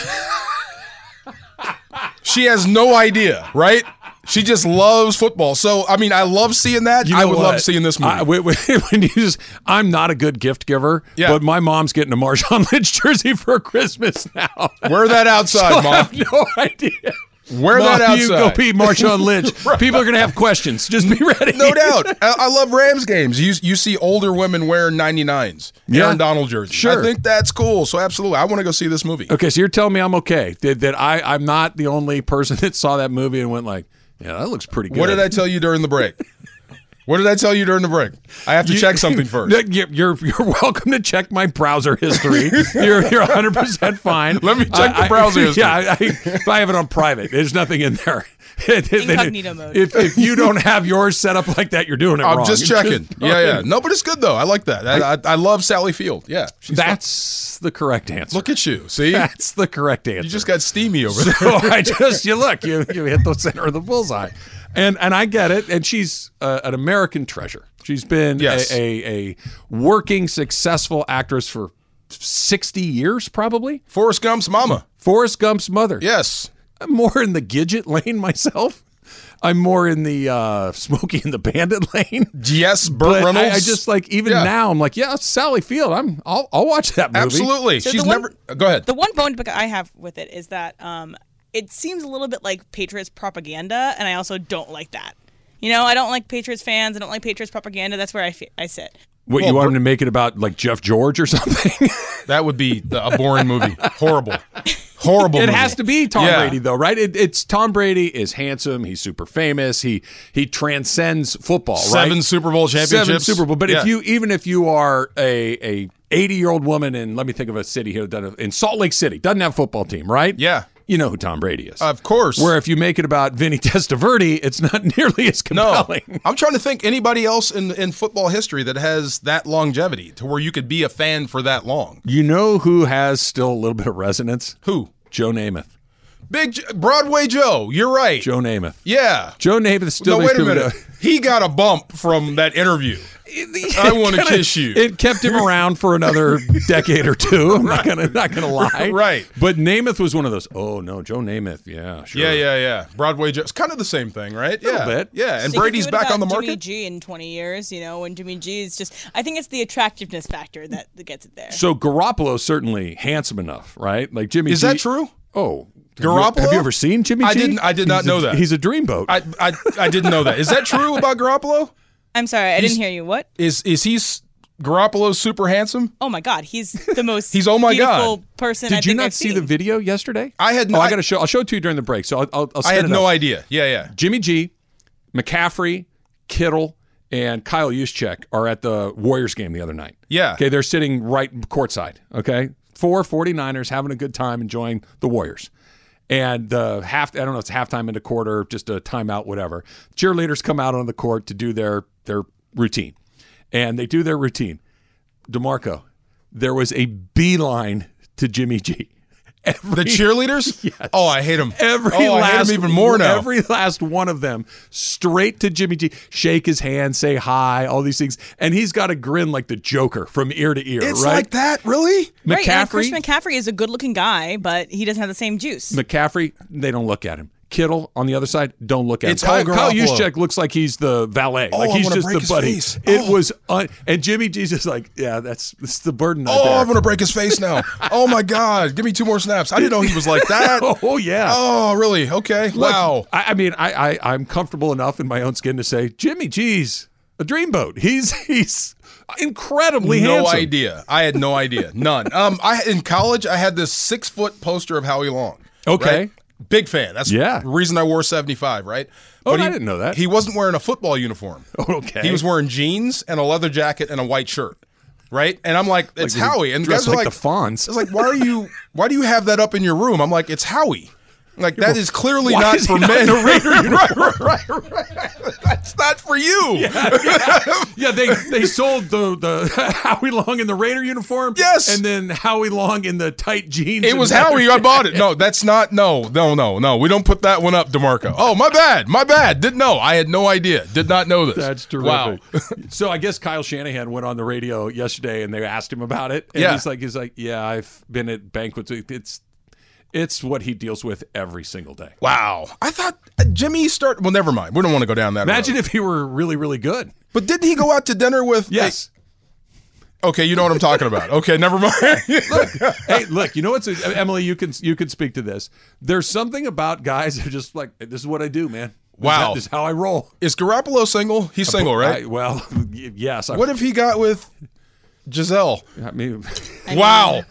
[SPEAKER 5] she has no idea, right? She just loves football. So, I mean, I love seeing that.
[SPEAKER 1] You
[SPEAKER 5] I
[SPEAKER 1] know
[SPEAKER 5] would
[SPEAKER 1] what?
[SPEAKER 5] love seeing this movie.
[SPEAKER 1] I, when, when you just, I'm not a good gift giver,
[SPEAKER 5] Yeah.
[SPEAKER 1] but my mom's getting a Marshawn Lynch jersey for Christmas now.
[SPEAKER 5] Wear that outside,
[SPEAKER 1] I
[SPEAKER 5] Mom.
[SPEAKER 1] have no idea.
[SPEAKER 5] Wear that
[SPEAKER 1] Mom, You go
[SPEAKER 5] outside.
[SPEAKER 1] be Marshawn Lynch. People are going to have questions. Just be ready.
[SPEAKER 5] No doubt. I, I love Rams games. You you see older women wearing 99s,
[SPEAKER 1] Yeah.
[SPEAKER 5] Aaron Donald jerseys.
[SPEAKER 1] Sure.
[SPEAKER 5] I think that's cool. So, absolutely. I want to go see this movie.
[SPEAKER 1] Okay, so you're telling me I'm okay. That, that I, I'm not the only person that saw that movie and went like, yeah, that looks pretty good.
[SPEAKER 5] What did I tell you during the break? what did I tell you during the break? I have to check something first.
[SPEAKER 1] That- You're, you're you're welcome to check my browser history. you're you're 100 percent fine.
[SPEAKER 5] Let me check the
[SPEAKER 1] I- I-
[SPEAKER 5] browser history.
[SPEAKER 1] Yeah, I, I, if I have it on private, there's nothing in there.
[SPEAKER 2] Incognito mode.
[SPEAKER 1] If, if you don't have yours set up like that, you're doing it
[SPEAKER 5] I'm
[SPEAKER 1] wrong.
[SPEAKER 5] just
[SPEAKER 1] You're
[SPEAKER 5] checking. yeah, yeah. No, but it's good though. I like that. I, I, I love Sally Field. Yeah. She's fun.
[SPEAKER 1] That's the correct answer.
[SPEAKER 5] look at you. See, you
[SPEAKER 1] That's the correct answer.
[SPEAKER 5] just got steamy over there.
[SPEAKER 1] so I just you look you you hit the center of the bullseye, and and I get it. And she's uh, an American treasure. She's been
[SPEAKER 5] Yes.
[SPEAKER 1] a, a a working successful actress for sixty years probably.
[SPEAKER 5] Forrest Gump's mama.
[SPEAKER 1] Forrest Gump's mother.
[SPEAKER 5] Yes.
[SPEAKER 1] I'm more in the Gidget lane myself. I'm more in the uh, Smokey and the Bandit lane.
[SPEAKER 5] Yes. Burt
[SPEAKER 1] But I,
[SPEAKER 5] Reynolds.
[SPEAKER 1] I just like even
[SPEAKER 5] Yeah.
[SPEAKER 1] now I'm like yeah Sally Field. I'm I'll, I'll watch that movie.
[SPEAKER 5] absolutely.
[SPEAKER 2] So the
[SPEAKER 5] She's
[SPEAKER 2] one-
[SPEAKER 5] never. uh, Go ahead.
[SPEAKER 2] The one bone to pick I have with it is that um, it seems a little bit like Patriots propaganda, and I also don't like that. You know, I don't like Patriots fans. I don't like Patriots propaganda. That's where I, fe- I sit.
[SPEAKER 1] What you want him to make it about like Jeff George or something?
[SPEAKER 5] that would be the, a boring movie. Horrible. Horrible.
[SPEAKER 1] It
[SPEAKER 5] movie.
[SPEAKER 1] has to be Tom
[SPEAKER 5] Yeah.
[SPEAKER 1] Brady, though, right? It, it's Tom Brady is handsome. He's super famous. He he transcends football.
[SPEAKER 5] Seven
[SPEAKER 1] right?
[SPEAKER 5] Super Bowl
[SPEAKER 1] Seven
[SPEAKER 5] championships.
[SPEAKER 1] Super Bowl. But if
[SPEAKER 5] Yeah.
[SPEAKER 1] you even if you are a a eighty year old woman, and let me think of a city here that doesn't- in Salt Lake City doesn't have a football team, right?
[SPEAKER 5] Yeah.
[SPEAKER 1] you know who Tom Brady is.
[SPEAKER 5] Of course.
[SPEAKER 1] Where if you make it about Vinny Testaverde, it's not nearly as
[SPEAKER 5] No,
[SPEAKER 1] compelling.
[SPEAKER 5] I'm trying to think anybody else in in football history that has that longevity to where you could be a fan for that long.
[SPEAKER 1] You know who has still a little bit of resonance?
[SPEAKER 5] Who?
[SPEAKER 1] Joe Namath.
[SPEAKER 5] Big J- Broadway Joe. You're right.
[SPEAKER 1] Joe Namath.
[SPEAKER 5] Yeah.
[SPEAKER 1] Joe Namath still
[SPEAKER 5] No,
[SPEAKER 1] makes
[SPEAKER 5] wait a
[SPEAKER 1] people
[SPEAKER 5] minute.
[SPEAKER 1] go-
[SPEAKER 5] He got a bump from that interview. I want to kiss you.
[SPEAKER 1] It kept him around for another decade or two. I'm not gonna not gonna lie.
[SPEAKER 5] Right.
[SPEAKER 1] But Namath was one of those. Oh no, Joe Namath. Yeah, sure.
[SPEAKER 5] yeah, yeah, yeah. Broadway Joe. It's kind of the same thing, right? Yeah.
[SPEAKER 1] bit.
[SPEAKER 5] Yeah, and
[SPEAKER 2] Think if
[SPEAKER 5] Brady's
[SPEAKER 2] you would have
[SPEAKER 5] back on the
[SPEAKER 2] gotten Jimmy
[SPEAKER 5] market.
[SPEAKER 2] G in 20 years, you know, when Jimmy G is just, I think it's the attractiveness factor that, that gets it there.
[SPEAKER 1] So Garoppolo certainly handsome enough, right? Like Jimmy.
[SPEAKER 5] Is
[SPEAKER 1] G-
[SPEAKER 5] that true?
[SPEAKER 1] Oh, have you- Have you,
[SPEAKER 5] Garoppolo?
[SPEAKER 1] ever seen Jimmy?
[SPEAKER 5] I
[SPEAKER 1] G?
[SPEAKER 5] didn't- I did
[SPEAKER 1] He's
[SPEAKER 5] not
[SPEAKER 1] a-
[SPEAKER 5] know that.
[SPEAKER 1] He's a dreamboat.
[SPEAKER 5] I, I I didn't know that. Is that true about Garoppolo?
[SPEAKER 2] I'm sorry, I didn't hear you. What?
[SPEAKER 5] Is is he s- Garoppolo super handsome?
[SPEAKER 2] Oh my God, he's the most
[SPEAKER 5] He's oh my God.
[SPEAKER 2] beautiful person
[SPEAKER 1] did
[SPEAKER 2] I
[SPEAKER 1] you
[SPEAKER 2] think
[SPEAKER 1] not
[SPEAKER 2] I've
[SPEAKER 1] see
[SPEAKER 2] seen.
[SPEAKER 1] the video yesterday?
[SPEAKER 5] I had
[SPEAKER 1] Oh,
[SPEAKER 5] no-
[SPEAKER 1] I,
[SPEAKER 5] I-
[SPEAKER 1] got to show. I'll show it to you during the break. So I'll. I'll, I'll
[SPEAKER 5] I
[SPEAKER 1] set
[SPEAKER 5] had
[SPEAKER 1] it
[SPEAKER 5] no
[SPEAKER 1] up.
[SPEAKER 5] idea. Yeah, yeah.
[SPEAKER 1] Jimmy G, McCaffrey, Kittle, and Kyle Juszczyk are at the Warriors game the other night.
[SPEAKER 5] Yeah.
[SPEAKER 1] Okay, they're sitting right courtside. Okay, four 49ers having a good time enjoying the Warriors. And the half, I don't know, it's halftime into quarter, just a timeout, whatever. Cheerleaders come out on the court to do their their routine. And they do their routine. DeMarco, there was a beeline to Jimmy G. Every,
[SPEAKER 5] The cheerleaders?
[SPEAKER 1] Yes.
[SPEAKER 5] Oh, I hate them.
[SPEAKER 1] every
[SPEAKER 5] oh, I hate
[SPEAKER 1] last
[SPEAKER 5] 'em even more now.
[SPEAKER 1] Every last one of them straight to Jimmy G, shake his hand, say hi, all these things, and he's got a grin like the Joker from ear to ear.
[SPEAKER 5] it's
[SPEAKER 1] right?
[SPEAKER 5] like that, really?
[SPEAKER 2] Right, and Chris
[SPEAKER 1] McCaffrey,
[SPEAKER 2] McCaffrey is a good-looking guy, but he doesn't have the same juice.
[SPEAKER 1] McCaffrey, they don't look at him. Kittle on the other side, don't look at
[SPEAKER 5] It's
[SPEAKER 1] him. Kyle,
[SPEAKER 5] all
[SPEAKER 1] Kyle
[SPEAKER 5] Garoppolo.
[SPEAKER 1] Juszczyk looks like he's the valet,
[SPEAKER 5] Oh,
[SPEAKER 1] like
[SPEAKER 5] I
[SPEAKER 1] he's
[SPEAKER 5] wanna
[SPEAKER 1] just
[SPEAKER 5] break
[SPEAKER 1] the
[SPEAKER 5] his
[SPEAKER 1] buddy.
[SPEAKER 5] face.
[SPEAKER 1] It
[SPEAKER 5] Oh.
[SPEAKER 1] was, un- and Jimmy G's just like, yeah, that's this is the burden. I
[SPEAKER 5] Oh,
[SPEAKER 1] bear.
[SPEAKER 5] I'm gonna break his face now. oh my God! Give me two more snaps. I didn't know he was like that.
[SPEAKER 1] Oh, yeah.
[SPEAKER 5] Oh really? Okay. wow.
[SPEAKER 1] I, I mean, I, I I'm comfortable enough in my own skin to say, Jimmy G's a dreamboat. He's he's incredibly
[SPEAKER 5] no
[SPEAKER 1] handsome.
[SPEAKER 5] idea. I had no idea. None. Um, I in college I had this six foot poster of Howie Long.
[SPEAKER 1] Okay.
[SPEAKER 5] right? Big fan. That's
[SPEAKER 1] Yeah.
[SPEAKER 5] the reason I wore seventy five. Right.
[SPEAKER 1] Oh,
[SPEAKER 5] he,
[SPEAKER 1] I didn't know that.
[SPEAKER 5] He wasn't wearing a football uniform.
[SPEAKER 1] Okay.
[SPEAKER 5] He was wearing jeans and a leather jacket and a white shirt. Right. And I'm like, it's
[SPEAKER 1] he
[SPEAKER 5] Howie. And the
[SPEAKER 1] dressed
[SPEAKER 5] guys are
[SPEAKER 1] like
[SPEAKER 5] like,
[SPEAKER 1] the Fonz.
[SPEAKER 5] I was like, why are you? Why do you have that up in your room? I'm like, it's Howie. Like that is clearly
[SPEAKER 1] Why
[SPEAKER 5] not
[SPEAKER 1] is he
[SPEAKER 5] for
[SPEAKER 1] not
[SPEAKER 5] men.
[SPEAKER 1] in a Raider
[SPEAKER 5] right, right, right, right. That's not for you.
[SPEAKER 1] Yeah, they they sold the the Howie Long in the Raider uniform.
[SPEAKER 5] Yes.
[SPEAKER 1] and then Howie Long in the tight jeans.
[SPEAKER 5] It
[SPEAKER 1] and
[SPEAKER 5] was
[SPEAKER 1] leather-
[SPEAKER 5] Howie. I bought it. No, that's not. No, no, no, no. We don't put that one up, Demarco. Oh, my bad. My bad. Didn't know. I had no idea. Did not know this.
[SPEAKER 1] That's
[SPEAKER 5] Wow.
[SPEAKER 1] terrific. so I guess Kyle Shanahan went on the radio yesterday, and they asked him about it. And
[SPEAKER 5] Yeah.
[SPEAKER 1] he's like, he's like, yeah, I've been at banquets. It's it's what he deals with every single day.
[SPEAKER 5] Wow. I thought uh, Jimmy start. Well, never mind. We don't want to go down that.
[SPEAKER 1] Imagine
[SPEAKER 5] road.
[SPEAKER 1] if he were really, really good.
[SPEAKER 5] But didn't he go out to dinner with?
[SPEAKER 1] Yes.
[SPEAKER 5] okay, you know what I'm talking about. Okay, never mind.
[SPEAKER 1] hey, look, you know what's Emily? You can you can speak to this. There's something about guys that are just like, this is what I do, man. This is
[SPEAKER 5] Wow.
[SPEAKER 1] how- this is how I roll.
[SPEAKER 5] Is Garoppolo single? He's single,
[SPEAKER 1] I-
[SPEAKER 5] right?
[SPEAKER 1] well, y- yes. I,
[SPEAKER 5] What if he got with Giselle?
[SPEAKER 1] I mean,
[SPEAKER 5] Wow.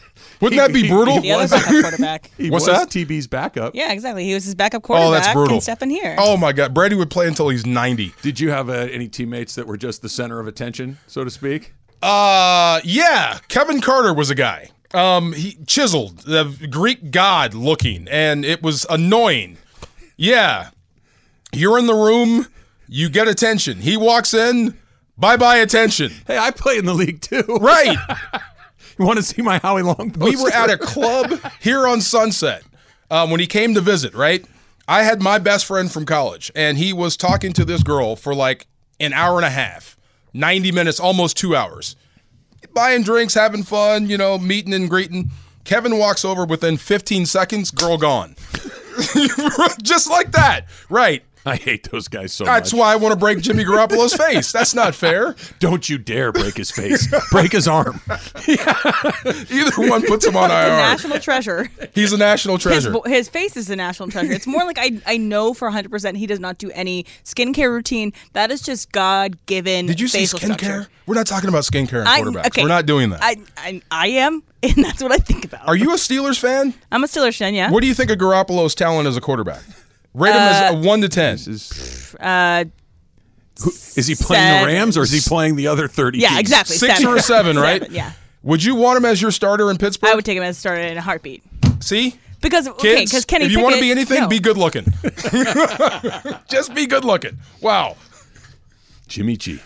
[SPEAKER 5] Wouldn't that be
[SPEAKER 1] he-
[SPEAKER 5] brutal?
[SPEAKER 1] he
[SPEAKER 2] The other backup quarterback.
[SPEAKER 1] he
[SPEAKER 5] What's
[SPEAKER 1] was
[SPEAKER 5] that?
[SPEAKER 1] TB's backup.
[SPEAKER 2] Yeah, exactly. He was his backup quarterback.
[SPEAKER 5] Oh, that's brutal.
[SPEAKER 2] And stepping here.
[SPEAKER 5] Oh my God, Brady would play until he's 90.
[SPEAKER 1] Did you have uh, any teammates that were just the center of attention, so to speak?
[SPEAKER 5] Uh, yeah. Kevin Carter was a guy. Um, he chiseled, the Greek god looking, and it was annoying. Yeah, you're in the room, you get attention. He walks in, bye bye attention.
[SPEAKER 1] Hey, I play in the league too.
[SPEAKER 5] Right.
[SPEAKER 1] You want to see my Howie Long?
[SPEAKER 5] we
[SPEAKER 1] Poster?
[SPEAKER 5] were at a club here on Sunset um, when he came to visit. Right, I had my best friend from college, and he was talking to this girl for like an hour and a half, ninety minutes, almost two hours, buying drinks, having fun, you know, meeting and greeting. Kevin walks over within 15 seconds, girl gone. Just like that. Right.
[SPEAKER 1] I hate those guys so
[SPEAKER 5] That's
[SPEAKER 1] much.
[SPEAKER 5] why I want to break Jimmy Garoppolo's face. That's not fair.
[SPEAKER 1] Don't you dare break his face. break his arm.
[SPEAKER 5] Either one puts him on
[SPEAKER 2] The
[SPEAKER 5] IR.
[SPEAKER 2] national treasure.
[SPEAKER 5] He's a national
[SPEAKER 2] His,
[SPEAKER 5] treasure.
[SPEAKER 2] vo- his face is the national treasure. It's more like I, I know for 100% he does not do any skincare routine. That is just God given.
[SPEAKER 5] Did you see
[SPEAKER 2] facial
[SPEAKER 5] skincare?
[SPEAKER 2] Structure.
[SPEAKER 5] We're not talking about skincare and
[SPEAKER 2] I-
[SPEAKER 5] quarterbacks. We're not doing that.
[SPEAKER 2] I, I, I am, and that's what I think about.
[SPEAKER 5] Are you a Steelers fan?
[SPEAKER 2] I'm a Steelers fan, yeah.
[SPEAKER 5] What do you think of Garoppolo's talent as a quarterback? Rate him as a one to ten.
[SPEAKER 2] Uh,
[SPEAKER 1] Is he playing
[SPEAKER 2] Seven.
[SPEAKER 1] the Rams or is he playing the other 30
[SPEAKER 2] yeah,
[SPEAKER 1] teams?
[SPEAKER 2] exactly.
[SPEAKER 5] Six or a seven, right?
[SPEAKER 2] Seven, yeah.
[SPEAKER 5] Would you want him as your starter in Pittsburgh?
[SPEAKER 2] I would take him as a starter in a heartbeat.
[SPEAKER 5] See,
[SPEAKER 2] Because, okay,
[SPEAKER 5] kids,
[SPEAKER 2] because Kenny
[SPEAKER 5] if you
[SPEAKER 2] want to
[SPEAKER 5] be anything,
[SPEAKER 2] no.
[SPEAKER 5] be good looking. Just be good looking. Wow,
[SPEAKER 1] Jimmy G.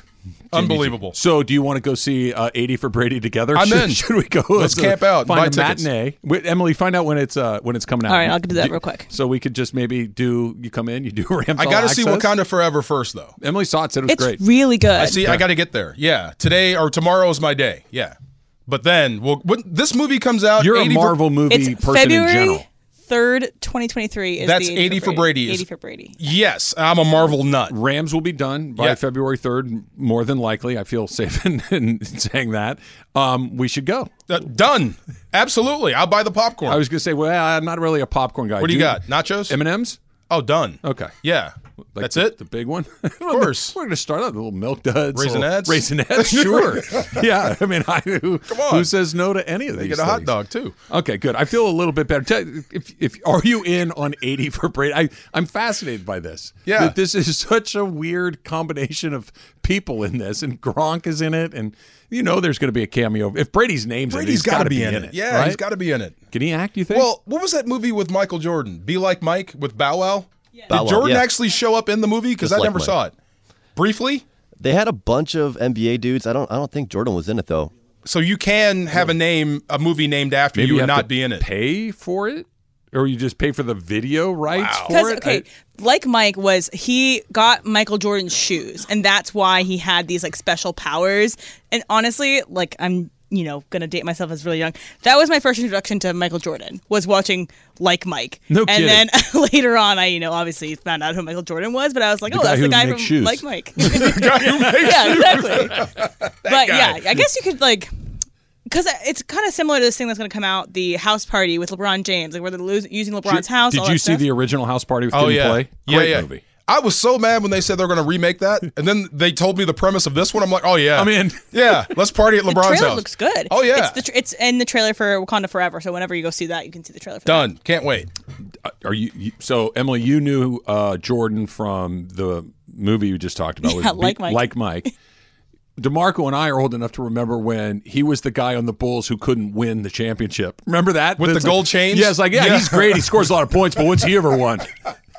[SPEAKER 5] unbelievable.
[SPEAKER 1] So, do you want to go see uh, 80 for Brady together?
[SPEAKER 5] I'm
[SPEAKER 1] should,
[SPEAKER 5] in.
[SPEAKER 1] Should we go?
[SPEAKER 5] Let's
[SPEAKER 1] as a-
[SPEAKER 5] camp out and
[SPEAKER 1] Find
[SPEAKER 5] buy
[SPEAKER 1] a
[SPEAKER 5] tickets.
[SPEAKER 1] matinee. Wait, Emily, find out when it's uh, when it's coming out.
[SPEAKER 2] All right, I'll do that real quick.
[SPEAKER 1] So we could just maybe do. You come in, you do Rams.
[SPEAKER 5] I
[SPEAKER 1] got to
[SPEAKER 5] see Wakanda Forever first, though.
[SPEAKER 1] Emily saw it. Said it was
[SPEAKER 2] It's
[SPEAKER 1] great.
[SPEAKER 2] really good.
[SPEAKER 5] I see. I got to get there. Yeah, today or tomorrow is my day. Yeah, but then well, when this movie comes out,
[SPEAKER 1] You're a
[SPEAKER 5] 80 for-
[SPEAKER 1] Marvel movie
[SPEAKER 2] It's
[SPEAKER 1] person
[SPEAKER 2] February
[SPEAKER 1] in general.
[SPEAKER 2] 3rd, 2023 is
[SPEAKER 5] That's
[SPEAKER 2] the
[SPEAKER 5] 80 for Brady is-
[SPEAKER 2] 80 for Brady.
[SPEAKER 5] Yes, I'm a Marvel nut.
[SPEAKER 1] Rams will be done by
[SPEAKER 5] Yeah.
[SPEAKER 1] February 3rd, more than likely. I feel safe in, in saying that. Um, we should go.
[SPEAKER 5] Uh, done. Absolutely. I'll buy the popcorn.
[SPEAKER 1] I was going to say, well, I'm not really a popcorn guy.
[SPEAKER 5] what do you got? Nachos?
[SPEAKER 1] M&M's?
[SPEAKER 5] oh, done.
[SPEAKER 1] Okay.
[SPEAKER 5] Yeah.
[SPEAKER 1] Like
[SPEAKER 5] That's
[SPEAKER 1] the-
[SPEAKER 5] it?
[SPEAKER 1] The big one. Of
[SPEAKER 5] course.
[SPEAKER 1] We're going to start out with a little milk duds,
[SPEAKER 5] Raisinets?
[SPEAKER 1] raisinets. Sure. yeah. I mean, I, who, Come
[SPEAKER 5] on.
[SPEAKER 1] who says no to any of these?
[SPEAKER 5] You get a hot
[SPEAKER 1] things?
[SPEAKER 5] dog too.
[SPEAKER 1] Okay, good. I feel a little bit better. Tell- If, if are you in on eighty for Brady? I, I'm fascinated by this.
[SPEAKER 5] Yeah.
[SPEAKER 1] that this is such a weird combination of people in this, and Gronk is in it, and you know there's going to be a cameo. If Brady's name's in it, he's got to be in it.
[SPEAKER 5] Yeah,
[SPEAKER 1] right?
[SPEAKER 5] he's got to be in it.
[SPEAKER 1] Can he act? You think?
[SPEAKER 5] Well, what was that movie with Michael Jordan? Be Like Mike with Bow Wow?
[SPEAKER 6] Bow
[SPEAKER 5] Did
[SPEAKER 6] Wow,
[SPEAKER 5] Jordan
[SPEAKER 6] yeah.
[SPEAKER 5] actually show up in the movie? Because
[SPEAKER 6] Just
[SPEAKER 5] I
[SPEAKER 6] like
[SPEAKER 5] never
[SPEAKER 6] Mike.
[SPEAKER 5] saw it. Briefly?
[SPEAKER 6] They had a bunch of NBA dudes. I don't I don't think Jordan was in it though.
[SPEAKER 5] So you can have a name, a movie named after you
[SPEAKER 1] have
[SPEAKER 5] and
[SPEAKER 1] to
[SPEAKER 5] not be in it.
[SPEAKER 1] Pay for it, or you just pay for the video rights for
[SPEAKER 2] Because
[SPEAKER 1] it.
[SPEAKER 2] okay,
[SPEAKER 1] I-
[SPEAKER 2] like Mike was, he got Michael Jordan's shoes, and that's why he had these like special powers. And honestly, like I'm, you know, gonna date myself as really young. That was my first introduction to Michael Jordan was watching Like Mike.
[SPEAKER 1] No
[SPEAKER 2] and
[SPEAKER 1] kidding.
[SPEAKER 2] then later on, I you know obviously found out who Michael Jordan was, but I was like, oh,
[SPEAKER 1] guy
[SPEAKER 2] that's
[SPEAKER 1] who
[SPEAKER 2] the guy from
[SPEAKER 1] makes shoes.
[SPEAKER 2] Like Mike. yeah, exactly. but yeah, I guess you could like because it's kind of similar to this thing that's going to come out, the house party with LeBron James, like where they're lo- using LeBron's house.
[SPEAKER 1] Did
[SPEAKER 2] all
[SPEAKER 1] you
[SPEAKER 2] that
[SPEAKER 1] see
[SPEAKER 2] stuff.
[SPEAKER 1] the original House Party with
[SPEAKER 5] Oh
[SPEAKER 1] Kid and
[SPEAKER 5] yeah,
[SPEAKER 1] Play?
[SPEAKER 5] yeah,
[SPEAKER 1] Great
[SPEAKER 5] yeah.
[SPEAKER 1] movie.
[SPEAKER 5] I was so mad when they said they're going to remake that, and then they told me the premise of this one. I'm like, oh yeah,
[SPEAKER 1] I'm in.
[SPEAKER 5] Yeah, let's party at
[SPEAKER 2] The
[SPEAKER 5] LeBron's
[SPEAKER 2] trailer
[SPEAKER 5] house.
[SPEAKER 2] looks good.
[SPEAKER 5] Oh yeah,
[SPEAKER 2] it's, the tr it's in the trailer for Wakanda Forever. So whenever you go see that, you can see the trailer. For
[SPEAKER 5] done. Can't wait.
[SPEAKER 1] Are you, you so Emily? You knew uh, Jordan from the movie you just talked about.
[SPEAKER 2] Yeah,
[SPEAKER 1] Be-
[SPEAKER 2] Like Mike.
[SPEAKER 1] Like Mike. Demarco and I are old enough to remember when he was the guy on the Bulls who couldn't win the championship. Remember that
[SPEAKER 5] With the
[SPEAKER 1] It's
[SPEAKER 5] gold
[SPEAKER 1] like,
[SPEAKER 5] chains?
[SPEAKER 1] Yeah, it's like yeah,
[SPEAKER 5] Yeah.
[SPEAKER 1] he's great. He scores a lot of points, but what's he ever won?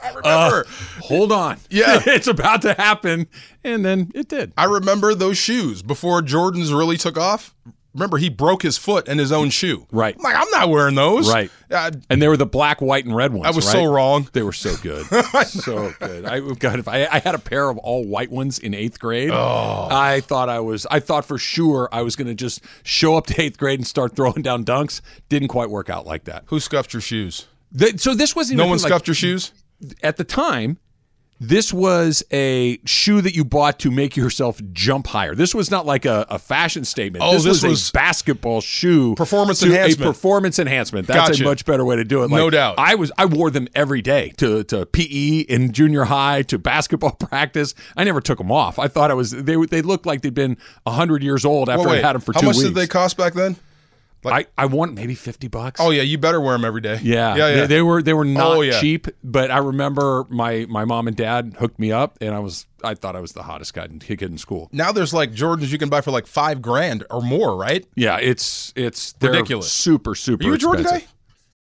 [SPEAKER 1] I remember.
[SPEAKER 5] Uh,
[SPEAKER 1] hold on.
[SPEAKER 5] Yeah.
[SPEAKER 1] it's about to happen, and then it did.
[SPEAKER 5] I remember those shoes before Jordan's really took off. Remember, he broke his foot in his own shoe.
[SPEAKER 1] Right.
[SPEAKER 5] I'm like, I'm not wearing those.
[SPEAKER 1] Right.
[SPEAKER 5] Uh,
[SPEAKER 1] and they were the black, white, and red ones.
[SPEAKER 5] I was
[SPEAKER 1] right?
[SPEAKER 5] so wrong.
[SPEAKER 1] They were so good, so good. I oh, God, if I, I had a pair of all white ones in eighth grade,
[SPEAKER 5] Oh.
[SPEAKER 1] I thought I was. I thought for sure I was going to just show up to eighth grade and start throwing down dunks. Didn't quite work out like that.
[SPEAKER 5] who scuffed your shoes?
[SPEAKER 1] Th- so this wasn't.
[SPEAKER 5] No
[SPEAKER 1] even
[SPEAKER 5] one
[SPEAKER 1] like-
[SPEAKER 5] scuffed your shoes.
[SPEAKER 1] at the time. This was a shoe that you bought to make yourself jump higher. This was not like a, a fashion statement.
[SPEAKER 5] Oh, this
[SPEAKER 1] was,
[SPEAKER 5] was
[SPEAKER 1] a basketball shoe
[SPEAKER 5] performance
[SPEAKER 1] to
[SPEAKER 5] enhancement.
[SPEAKER 1] A performance enhancement. That's
[SPEAKER 5] Gotcha.
[SPEAKER 1] a much better way to do it.
[SPEAKER 5] No doubt.
[SPEAKER 1] I was I wore them every day to to PE in junior high to basketball practice. I never took them off. I thought I was they were- they looked like they'd been hundred years old after
[SPEAKER 5] Well,
[SPEAKER 1] I had them for
[SPEAKER 5] how
[SPEAKER 1] two
[SPEAKER 5] much
[SPEAKER 1] weeks.
[SPEAKER 5] did they cost back then?
[SPEAKER 1] I I want maybe fifty bucks.
[SPEAKER 5] Oh yeah, you better wear them every day. yeah,
[SPEAKER 1] Yeah,
[SPEAKER 5] yeah.
[SPEAKER 1] They, they were they were not
[SPEAKER 5] Oh, yeah.
[SPEAKER 1] cheap, but I remember my my mom and dad hooked me up, and I was I thought I was the hottest guy in, kid in school.
[SPEAKER 5] now there's like Jordans you can buy for like five grand or more, right?
[SPEAKER 1] Yeah, it's it's they're
[SPEAKER 5] Ridiculous.
[SPEAKER 1] Super super.
[SPEAKER 5] Are you a Jordan
[SPEAKER 1] expensive.
[SPEAKER 5] guy?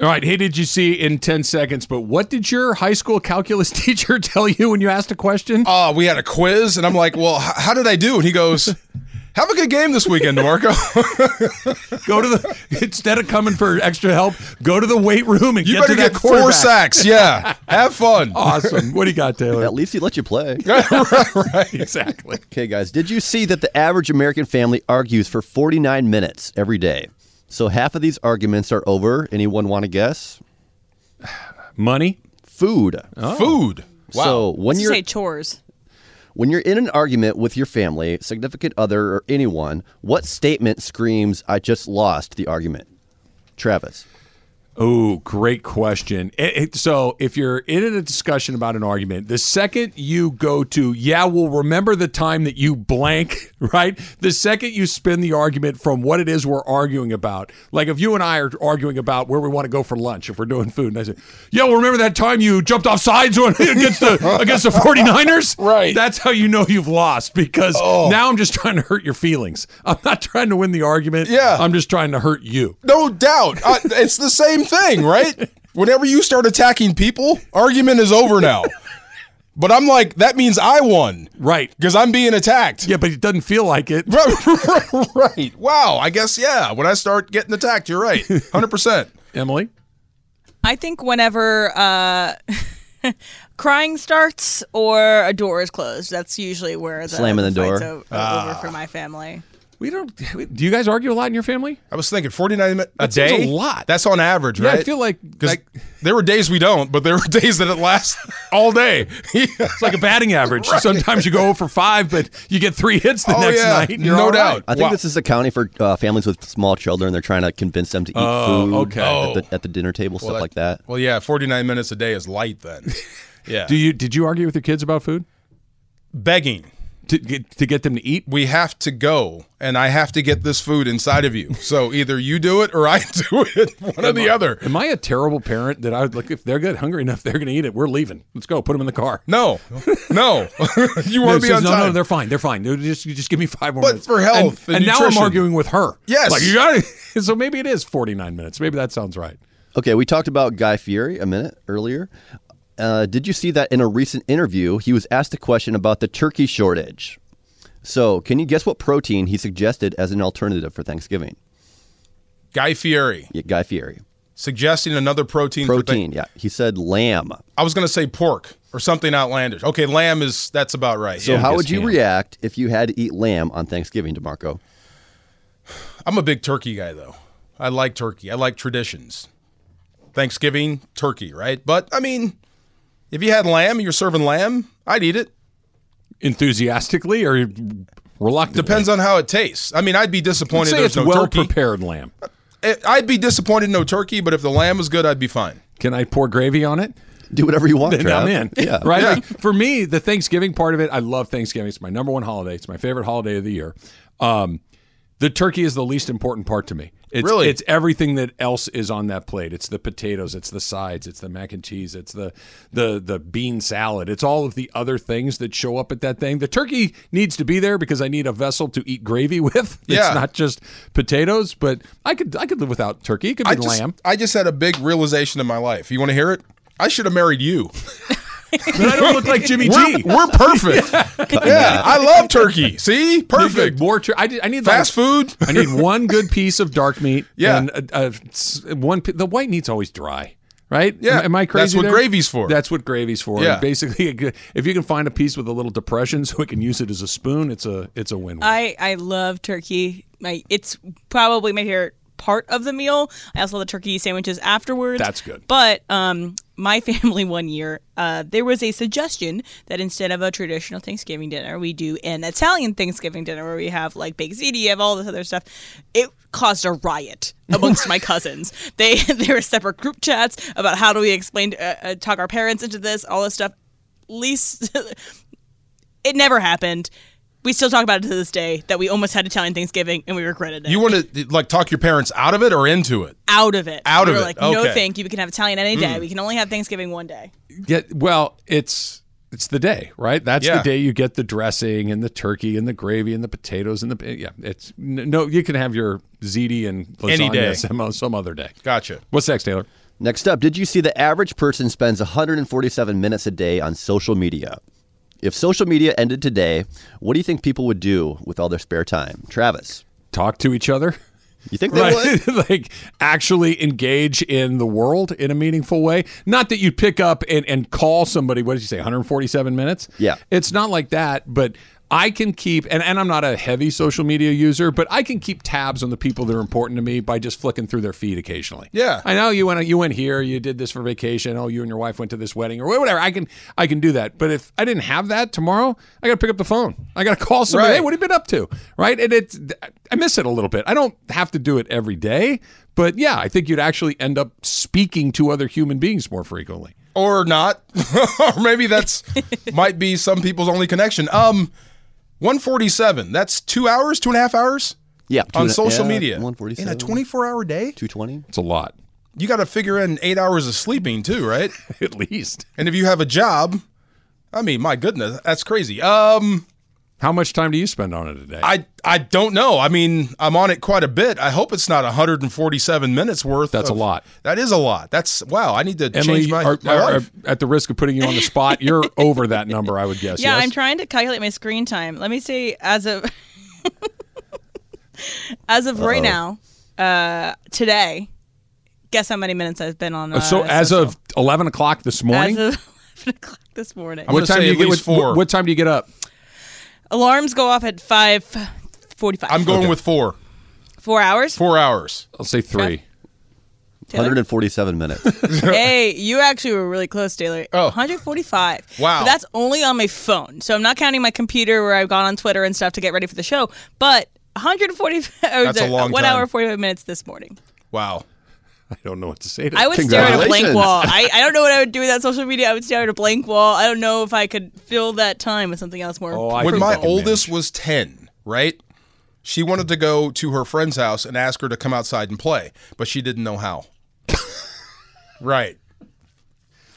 [SPEAKER 1] All right, hey, did you see in ten seconds? But what did your high school calculus teacher tell you when you asked a question?
[SPEAKER 5] Oh, we had a quiz, and I'm like, well, h- how did I do? And he goes, have a good game this weekend, DeMarco.
[SPEAKER 1] go to the instead of coming for extra help, go to the weight room and
[SPEAKER 5] you
[SPEAKER 1] get
[SPEAKER 5] better
[SPEAKER 1] to that
[SPEAKER 5] get four
[SPEAKER 1] quarterback.
[SPEAKER 5] sacks. Yeah, have fun.
[SPEAKER 1] Awesome. What do you got, Taylor?
[SPEAKER 6] At least he let you play.
[SPEAKER 1] exactly.
[SPEAKER 6] Okay, guys, did you see that the average American family argues for 49 minutes every day? So half of these arguments are over. Anyone want to guess?
[SPEAKER 1] Money.
[SPEAKER 6] Food.
[SPEAKER 1] Oh.
[SPEAKER 5] Food.
[SPEAKER 3] Oh.
[SPEAKER 5] Wow.
[SPEAKER 6] So when
[SPEAKER 2] That. You
[SPEAKER 6] you're
[SPEAKER 2] say chores.
[SPEAKER 6] when you're in an argument with your family, significant other, or anyone, what statement screams "I just lost the argument"? Travis.
[SPEAKER 1] Oh, great question. It- it- so, if you're in a discussion about an argument, the second you go to, yeah, we'll remember the time that you blank, right? The second you spin the argument from what it is we're arguing about, like if you and I are arguing about where we want to go for lunch, if we're doing food, and I say, yeah, we'll remember that time you jumped off sides when- against the against the 49ers,
[SPEAKER 5] Right. Oh.
[SPEAKER 1] That's how you know you've lost because now I'm just trying to hurt your feelings. I'm not trying to win the argument.
[SPEAKER 5] Yeah.
[SPEAKER 1] I'm just trying to hurt you.
[SPEAKER 5] No doubt. Uh, it's the same thing, right? Whenever you start attacking people, argument is over now. But I'm like, that means I won.
[SPEAKER 1] Right.
[SPEAKER 5] Because I'm being attacked.
[SPEAKER 1] Yeah, but it doesn't feel like it.
[SPEAKER 5] right. Wow. I guess, yeah. When I start getting attacked, you're right. 100%.
[SPEAKER 1] Emily?
[SPEAKER 2] I think whenever uh, crying starts or a door is closed. That's usually where the
[SPEAKER 6] Slamming the
[SPEAKER 2] fight's
[SPEAKER 6] door. Ah.
[SPEAKER 2] o- over for my family.
[SPEAKER 1] We don't. Do you guys argue a lot in your family?
[SPEAKER 5] I was thinking 49 minutes a
[SPEAKER 1] That seems
[SPEAKER 5] day.
[SPEAKER 1] a lot.
[SPEAKER 5] That's on average,
[SPEAKER 1] Yeah, I
[SPEAKER 5] right?
[SPEAKER 1] feel like-
[SPEAKER 5] 'Cause
[SPEAKER 1] like-
[SPEAKER 5] there were days we don't, but there were days that it lasts all day.
[SPEAKER 1] It's like a batting average. Sometimes you go for five, but you get three hits the
[SPEAKER 5] Oh,
[SPEAKER 1] next
[SPEAKER 5] yeah.
[SPEAKER 1] night. and you're
[SPEAKER 5] No
[SPEAKER 1] all right.
[SPEAKER 5] doubt.
[SPEAKER 6] I think
[SPEAKER 5] Wow.
[SPEAKER 6] this is accounting for uh, families with small children. They're trying to convince them to eat food
[SPEAKER 1] okay.
[SPEAKER 6] at, the, at the dinner table, stuff like that.
[SPEAKER 5] Well, yeah, 49 minutes a day is light then. Yeah.
[SPEAKER 1] Do you did you argue with your kids about food
[SPEAKER 5] begging.
[SPEAKER 1] to get, to get them to eat?
[SPEAKER 5] We have to go, and I have to get this food inside of you. So either you do it or I do it, one or the other.
[SPEAKER 1] Am I a terrible parent that I would like if they're good hungry enough they're going to eat it? We're leaving. Let's go. Put them in the car.
[SPEAKER 5] No, no. you
[SPEAKER 1] No,
[SPEAKER 5] want to
[SPEAKER 1] she
[SPEAKER 5] be
[SPEAKER 1] says,
[SPEAKER 5] on
[SPEAKER 1] no,
[SPEAKER 5] time.
[SPEAKER 1] no, they're fine. They're fine. They're just, you just give me five more
[SPEAKER 5] But
[SPEAKER 1] minutes.
[SPEAKER 5] for health and
[SPEAKER 1] And, and now I'm
[SPEAKER 5] nutrition.
[SPEAKER 1] arguing with her.
[SPEAKER 5] Yes.
[SPEAKER 1] Like, you got it. So maybe it is 49 minutes. Maybe that sounds right.
[SPEAKER 6] Okay, we talked about Guy Fieri a minute earlier. Uh, did you see that in a recent interview, he was asked a question about the turkey shortage? So, can you guess what protein he suggested as an alternative for Thanksgiving?
[SPEAKER 5] Guy Fieri
[SPEAKER 6] Yeah, Guy Fieri.
[SPEAKER 5] suggesting another protein. for thank-
[SPEAKER 6] Protein, yeah. He said lamb.
[SPEAKER 5] I was going to say pork or something outlandish. Okay, lamb is that's about right.
[SPEAKER 6] So,
[SPEAKER 5] yeah.
[SPEAKER 6] how would you react if you had to eat lamb on Thanksgiving, DeMarco?
[SPEAKER 5] I'm a big turkey guy though. I like turkey. I like traditions. Thanksgiving, turkey, right? But I mean, if you had lamb, you're serving lamb, I'd eat it.
[SPEAKER 1] Enthusiastically or reluctantly?
[SPEAKER 5] Depends on how it tastes. I mean, I'd be disappointed
[SPEAKER 1] Let's say
[SPEAKER 5] there's
[SPEAKER 1] it's
[SPEAKER 5] no
[SPEAKER 1] well
[SPEAKER 5] turkey.
[SPEAKER 1] prepared lamb.
[SPEAKER 5] I- I'd be disappointed no turkey, but if the lamb was good, I'd be fine.
[SPEAKER 1] Can I pour gravy on it?
[SPEAKER 6] Do whatever you want,
[SPEAKER 1] then
[SPEAKER 6] Trav.
[SPEAKER 1] I'm in.
[SPEAKER 6] Yeah.
[SPEAKER 1] Right?
[SPEAKER 5] Yeah.
[SPEAKER 1] Like, for me, the Thanksgiving part of it, I love Thanksgiving. It's my number one holiday. It's my favorite holiday of the year. Um, the turkey is the least important part to me. It's,
[SPEAKER 5] Really?
[SPEAKER 1] it's everything that else is on that plate. It's the potatoes. It's the sides. It's the mac and cheese. It's the the the bean salad. It's all of the other things that show up at that thing. The turkey needs to be there because I need a vessel to eat gravy with.
[SPEAKER 5] Yeah.
[SPEAKER 1] It's not just potatoes. But I could I could live without turkey. It could be
[SPEAKER 5] I just,
[SPEAKER 1] lamb.
[SPEAKER 5] I just had a big realization in my life. You want to hear it? I should have married you.
[SPEAKER 1] But I don't look like Jimmy
[SPEAKER 5] We're,
[SPEAKER 1] G.
[SPEAKER 5] we're perfect. yeah, I love turkey. See, perfect.
[SPEAKER 1] More tur- I, did- I need like-
[SPEAKER 5] Fast food.
[SPEAKER 1] I need one good piece of dark meat.
[SPEAKER 5] Yeah.
[SPEAKER 1] and a, a s- one. pi- The white meat's always dry, right?
[SPEAKER 5] Yeah,
[SPEAKER 1] Am, am I
[SPEAKER 5] that's
[SPEAKER 1] crazy?
[SPEAKER 5] what
[SPEAKER 1] there?
[SPEAKER 5] gravy's for.
[SPEAKER 1] That's what gravy's for.
[SPEAKER 5] Yeah.
[SPEAKER 1] And basically, a good- if you can find a piece with a little depression, so we can use it as a spoon, it's a it's a win. win
[SPEAKER 2] I, I love turkey. My, it's probably my favorite part of the meal. I also love the turkey sandwiches afterwards.
[SPEAKER 1] That's good.
[SPEAKER 2] But um, my family one year, uh, there was a suggestion that instead of a traditional Thanksgiving dinner, we do an Italian Thanksgiving dinner where we have like baked ziti, you have all this other stuff. It caused a riot amongst my cousins. They there were separate group chats about how do we explain uh, uh, talk our parents into this, all this stuff. Least it never happened. We still talk about it to this day that we almost had Italian Thanksgiving and we regretted it.
[SPEAKER 5] You want to like talk your parents out of it or into it?
[SPEAKER 2] out of it.
[SPEAKER 5] Out
[SPEAKER 2] we
[SPEAKER 5] of
[SPEAKER 2] were
[SPEAKER 5] it.
[SPEAKER 2] Like no,
[SPEAKER 5] Okay. Hmm.
[SPEAKER 2] thank you. We can have Italian any day. We can only have Thanksgiving one day.
[SPEAKER 1] Yeah, well, it's it's the day, right? That's
[SPEAKER 5] Yeah.
[SPEAKER 1] the day you get the dressing and the turkey and the gravy and the potatoes and the eh, yeah. It's n- no, you can have your ziti and lasagna
[SPEAKER 5] Any day.
[SPEAKER 1] Some, some other day.
[SPEAKER 5] Gotcha.
[SPEAKER 1] What's next, Taylor?
[SPEAKER 6] Next up, did you see the average person spends 147 minutes a day on social media? If social media ended today, what do you think people would do with all their spare time? Travis,
[SPEAKER 1] Talk to each other.
[SPEAKER 6] you think they would?
[SPEAKER 1] right? like actually engage in the world in a meaningful way. Not that you pick up and, and call somebody, what did you say, 147 minutes?
[SPEAKER 6] Yeah.
[SPEAKER 1] It's not like that, but I can keep, and, and I'm not a heavy social media user, but I can keep tabs on the people that are important to me by just flicking through their feed occasionally.
[SPEAKER 5] Yeah.
[SPEAKER 1] I know oh, you went you went here, you did this for vacation, oh you and your wife went to this wedding or whatever. I can I can do that. But if I didn't have that tomorrow, I gotta pick up the phone. I gotta call somebody.
[SPEAKER 5] Right.
[SPEAKER 1] Hey, what have you been up to? Right? And it's I miss it a little bit. I don't have to do it every day, but yeah, I think you'd actually end up speaking to other human beings more frequently.
[SPEAKER 5] or not or maybe that's might be some people's only connection um 147 that's two hours two and a half hours
[SPEAKER 6] Yeah, two
[SPEAKER 5] on
[SPEAKER 6] and a-
[SPEAKER 5] social
[SPEAKER 6] yeah,
[SPEAKER 5] media
[SPEAKER 6] 147.
[SPEAKER 5] in a 24 hour day
[SPEAKER 6] 220?
[SPEAKER 1] It's a lot,
[SPEAKER 5] you got to figure in eight hours of sleeping too right
[SPEAKER 1] at least.
[SPEAKER 5] and if you have a job i mean my goodness that's crazy um
[SPEAKER 1] How much time do you spend on it a day?
[SPEAKER 5] i i don't know i mean i'm on it quite a bit i hope it's not 147 minutes worth
[SPEAKER 1] That's a
[SPEAKER 5] of-
[SPEAKER 1] lot.
[SPEAKER 5] that is a lot that's wow i need to change my,
[SPEAKER 1] are-
[SPEAKER 5] my
[SPEAKER 1] are-
[SPEAKER 5] life.
[SPEAKER 1] are- at the risk of putting you on the spot, you're over that number, I would guess.
[SPEAKER 2] Yeah,
[SPEAKER 1] yes?
[SPEAKER 2] I'm trying to calculate my screen time. Let me see. As of as of right now, uh, today, guess how many minutes I've been on. Uh,
[SPEAKER 1] So as
[SPEAKER 2] social.
[SPEAKER 1] of eleven o'clock this morning,
[SPEAKER 2] as of seven o'clock this morning.
[SPEAKER 5] I'm gonna
[SPEAKER 1] time
[SPEAKER 5] say
[SPEAKER 1] do you
[SPEAKER 5] at
[SPEAKER 1] get
[SPEAKER 5] least
[SPEAKER 1] what-
[SPEAKER 5] four.
[SPEAKER 1] What, time do you get up?
[SPEAKER 2] Alarms go off at five forty-five.
[SPEAKER 5] I'm going with four.
[SPEAKER 2] four hours.
[SPEAKER 5] Four hours.
[SPEAKER 1] I'll say three.
[SPEAKER 2] Taylor?
[SPEAKER 6] 147 minutes.
[SPEAKER 2] hey, you actually were really close, Taylor.
[SPEAKER 5] Oh.
[SPEAKER 2] 145.
[SPEAKER 5] Wow.
[SPEAKER 2] But that's only on my phone. So I'm not counting my computer where I've gone on Twitter and stuff to get ready for the show. But 140.
[SPEAKER 5] That's a long
[SPEAKER 2] One
[SPEAKER 5] time.
[SPEAKER 2] hour, 45 minutes this morning.
[SPEAKER 5] Wow.
[SPEAKER 1] I don't know what to say. To
[SPEAKER 2] I
[SPEAKER 1] that.
[SPEAKER 2] would stare at a blank
[SPEAKER 6] Congratulations.
[SPEAKER 2] wall. I, I don't know what I would do without social media. I would stare at a blank wall. I don't know if I could fill that time with something else more.
[SPEAKER 1] Oh, I
[SPEAKER 5] when
[SPEAKER 1] think
[SPEAKER 5] my
[SPEAKER 1] that can
[SPEAKER 5] oldest was 10, right? She wanted to go to her friend's house and ask her to come outside and play, but she didn't know how. right.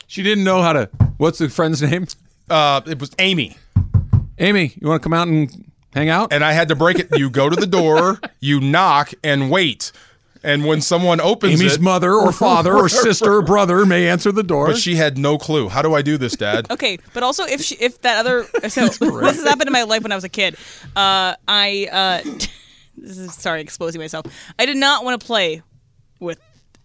[SPEAKER 1] She didn't know how to. What's the friend's name?
[SPEAKER 5] Uh, it was Amy.
[SPEAKER 1] Amy, you want to come out and hang out?
[SPEAKER 5] And I had to break it. You go to the door, you knock, and wait. And when someone opens
[SPEAKER 1] Amy's
[SPEAKER 5] it,
[SPEAKER 1] mother or father or sister or brother may answer the door.
[SPEAKER 5] but she had no clue. How do I do this, Dad?
[SPEAKER 2] Okay, but also if she, if that other so this has happened in my life when I was a kid. Uh, I uh, this is sorry exposing myself. I did not want to play with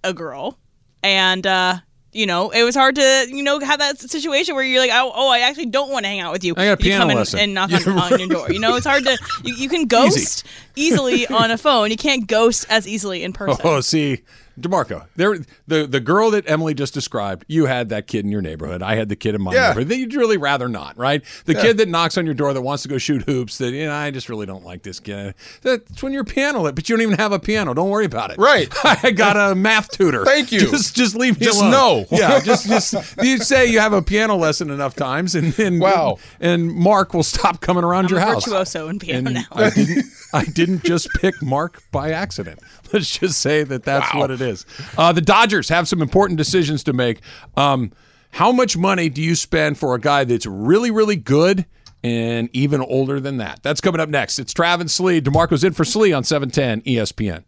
[SPEAKER 2] a girl, and uh, you know it was hard to you know have that situation where you're like oh, oh I actually don't want to hang out with you.
[SPEAKER 1] I got a
[SPEAKER 2] you
[SPEAKER 1] piano
[SPEAKER 2] come in
[SPEAKER 1] lesson.
[SPEAKER 2] and knock on, on your door. You know it's hard to you, you can ghost easily on a phone. You can't ghost as easily in person.
[SPEAKER 1] Oh, see, DeMarco, there the the girl that Emily just described, you had that kid in your neighborhood. I had the kid in my
[SPEAKER 5] Yeah.
[SPEAKER 1] neighborhood. That You'd really rather not, right? The kid that knocks on your door that wants to go shoot hoops. That you know, I just really don't like this kid. That's when you're piano lit, but you don't even have a piano. Don't worry about it.
[SPEAKER 5] Right.
[SPEAKER 1] I got a math tutor.
[SPEAKER 5] Thank you.
[SPEAKER 1] Just just leave me
[SPEAKER 5] Just
[SPEAKER 1] alone.
[SPEAKER 5] know.
[SPEAKER 1] Yeah. Just just you say you have a piano lesson enough times, and and
[SPEAKER 5] Wow.
[SPEAKER 1] and Mark will stop coming around
[SPEAKER 2] I'm
[SPEAKER 1] your
[SPEAKER 2] a
[SPEAKER 1] house.
[SPEAKER 2] virtuoso in piano
[SPEAKER 1] And
[SPEAKER 2] now.
[SPEAKER 1] I didn't, I didn't just pick Mark by accident. Let's just say that that's what it is. Uh, the Dodgers have some important decisions to make. Um, how much money do you spend for a guy that's really, really good E and even older than that? That's coming up next. It's Travis Slee. DeMarco's in for Slee on 710 ESPN.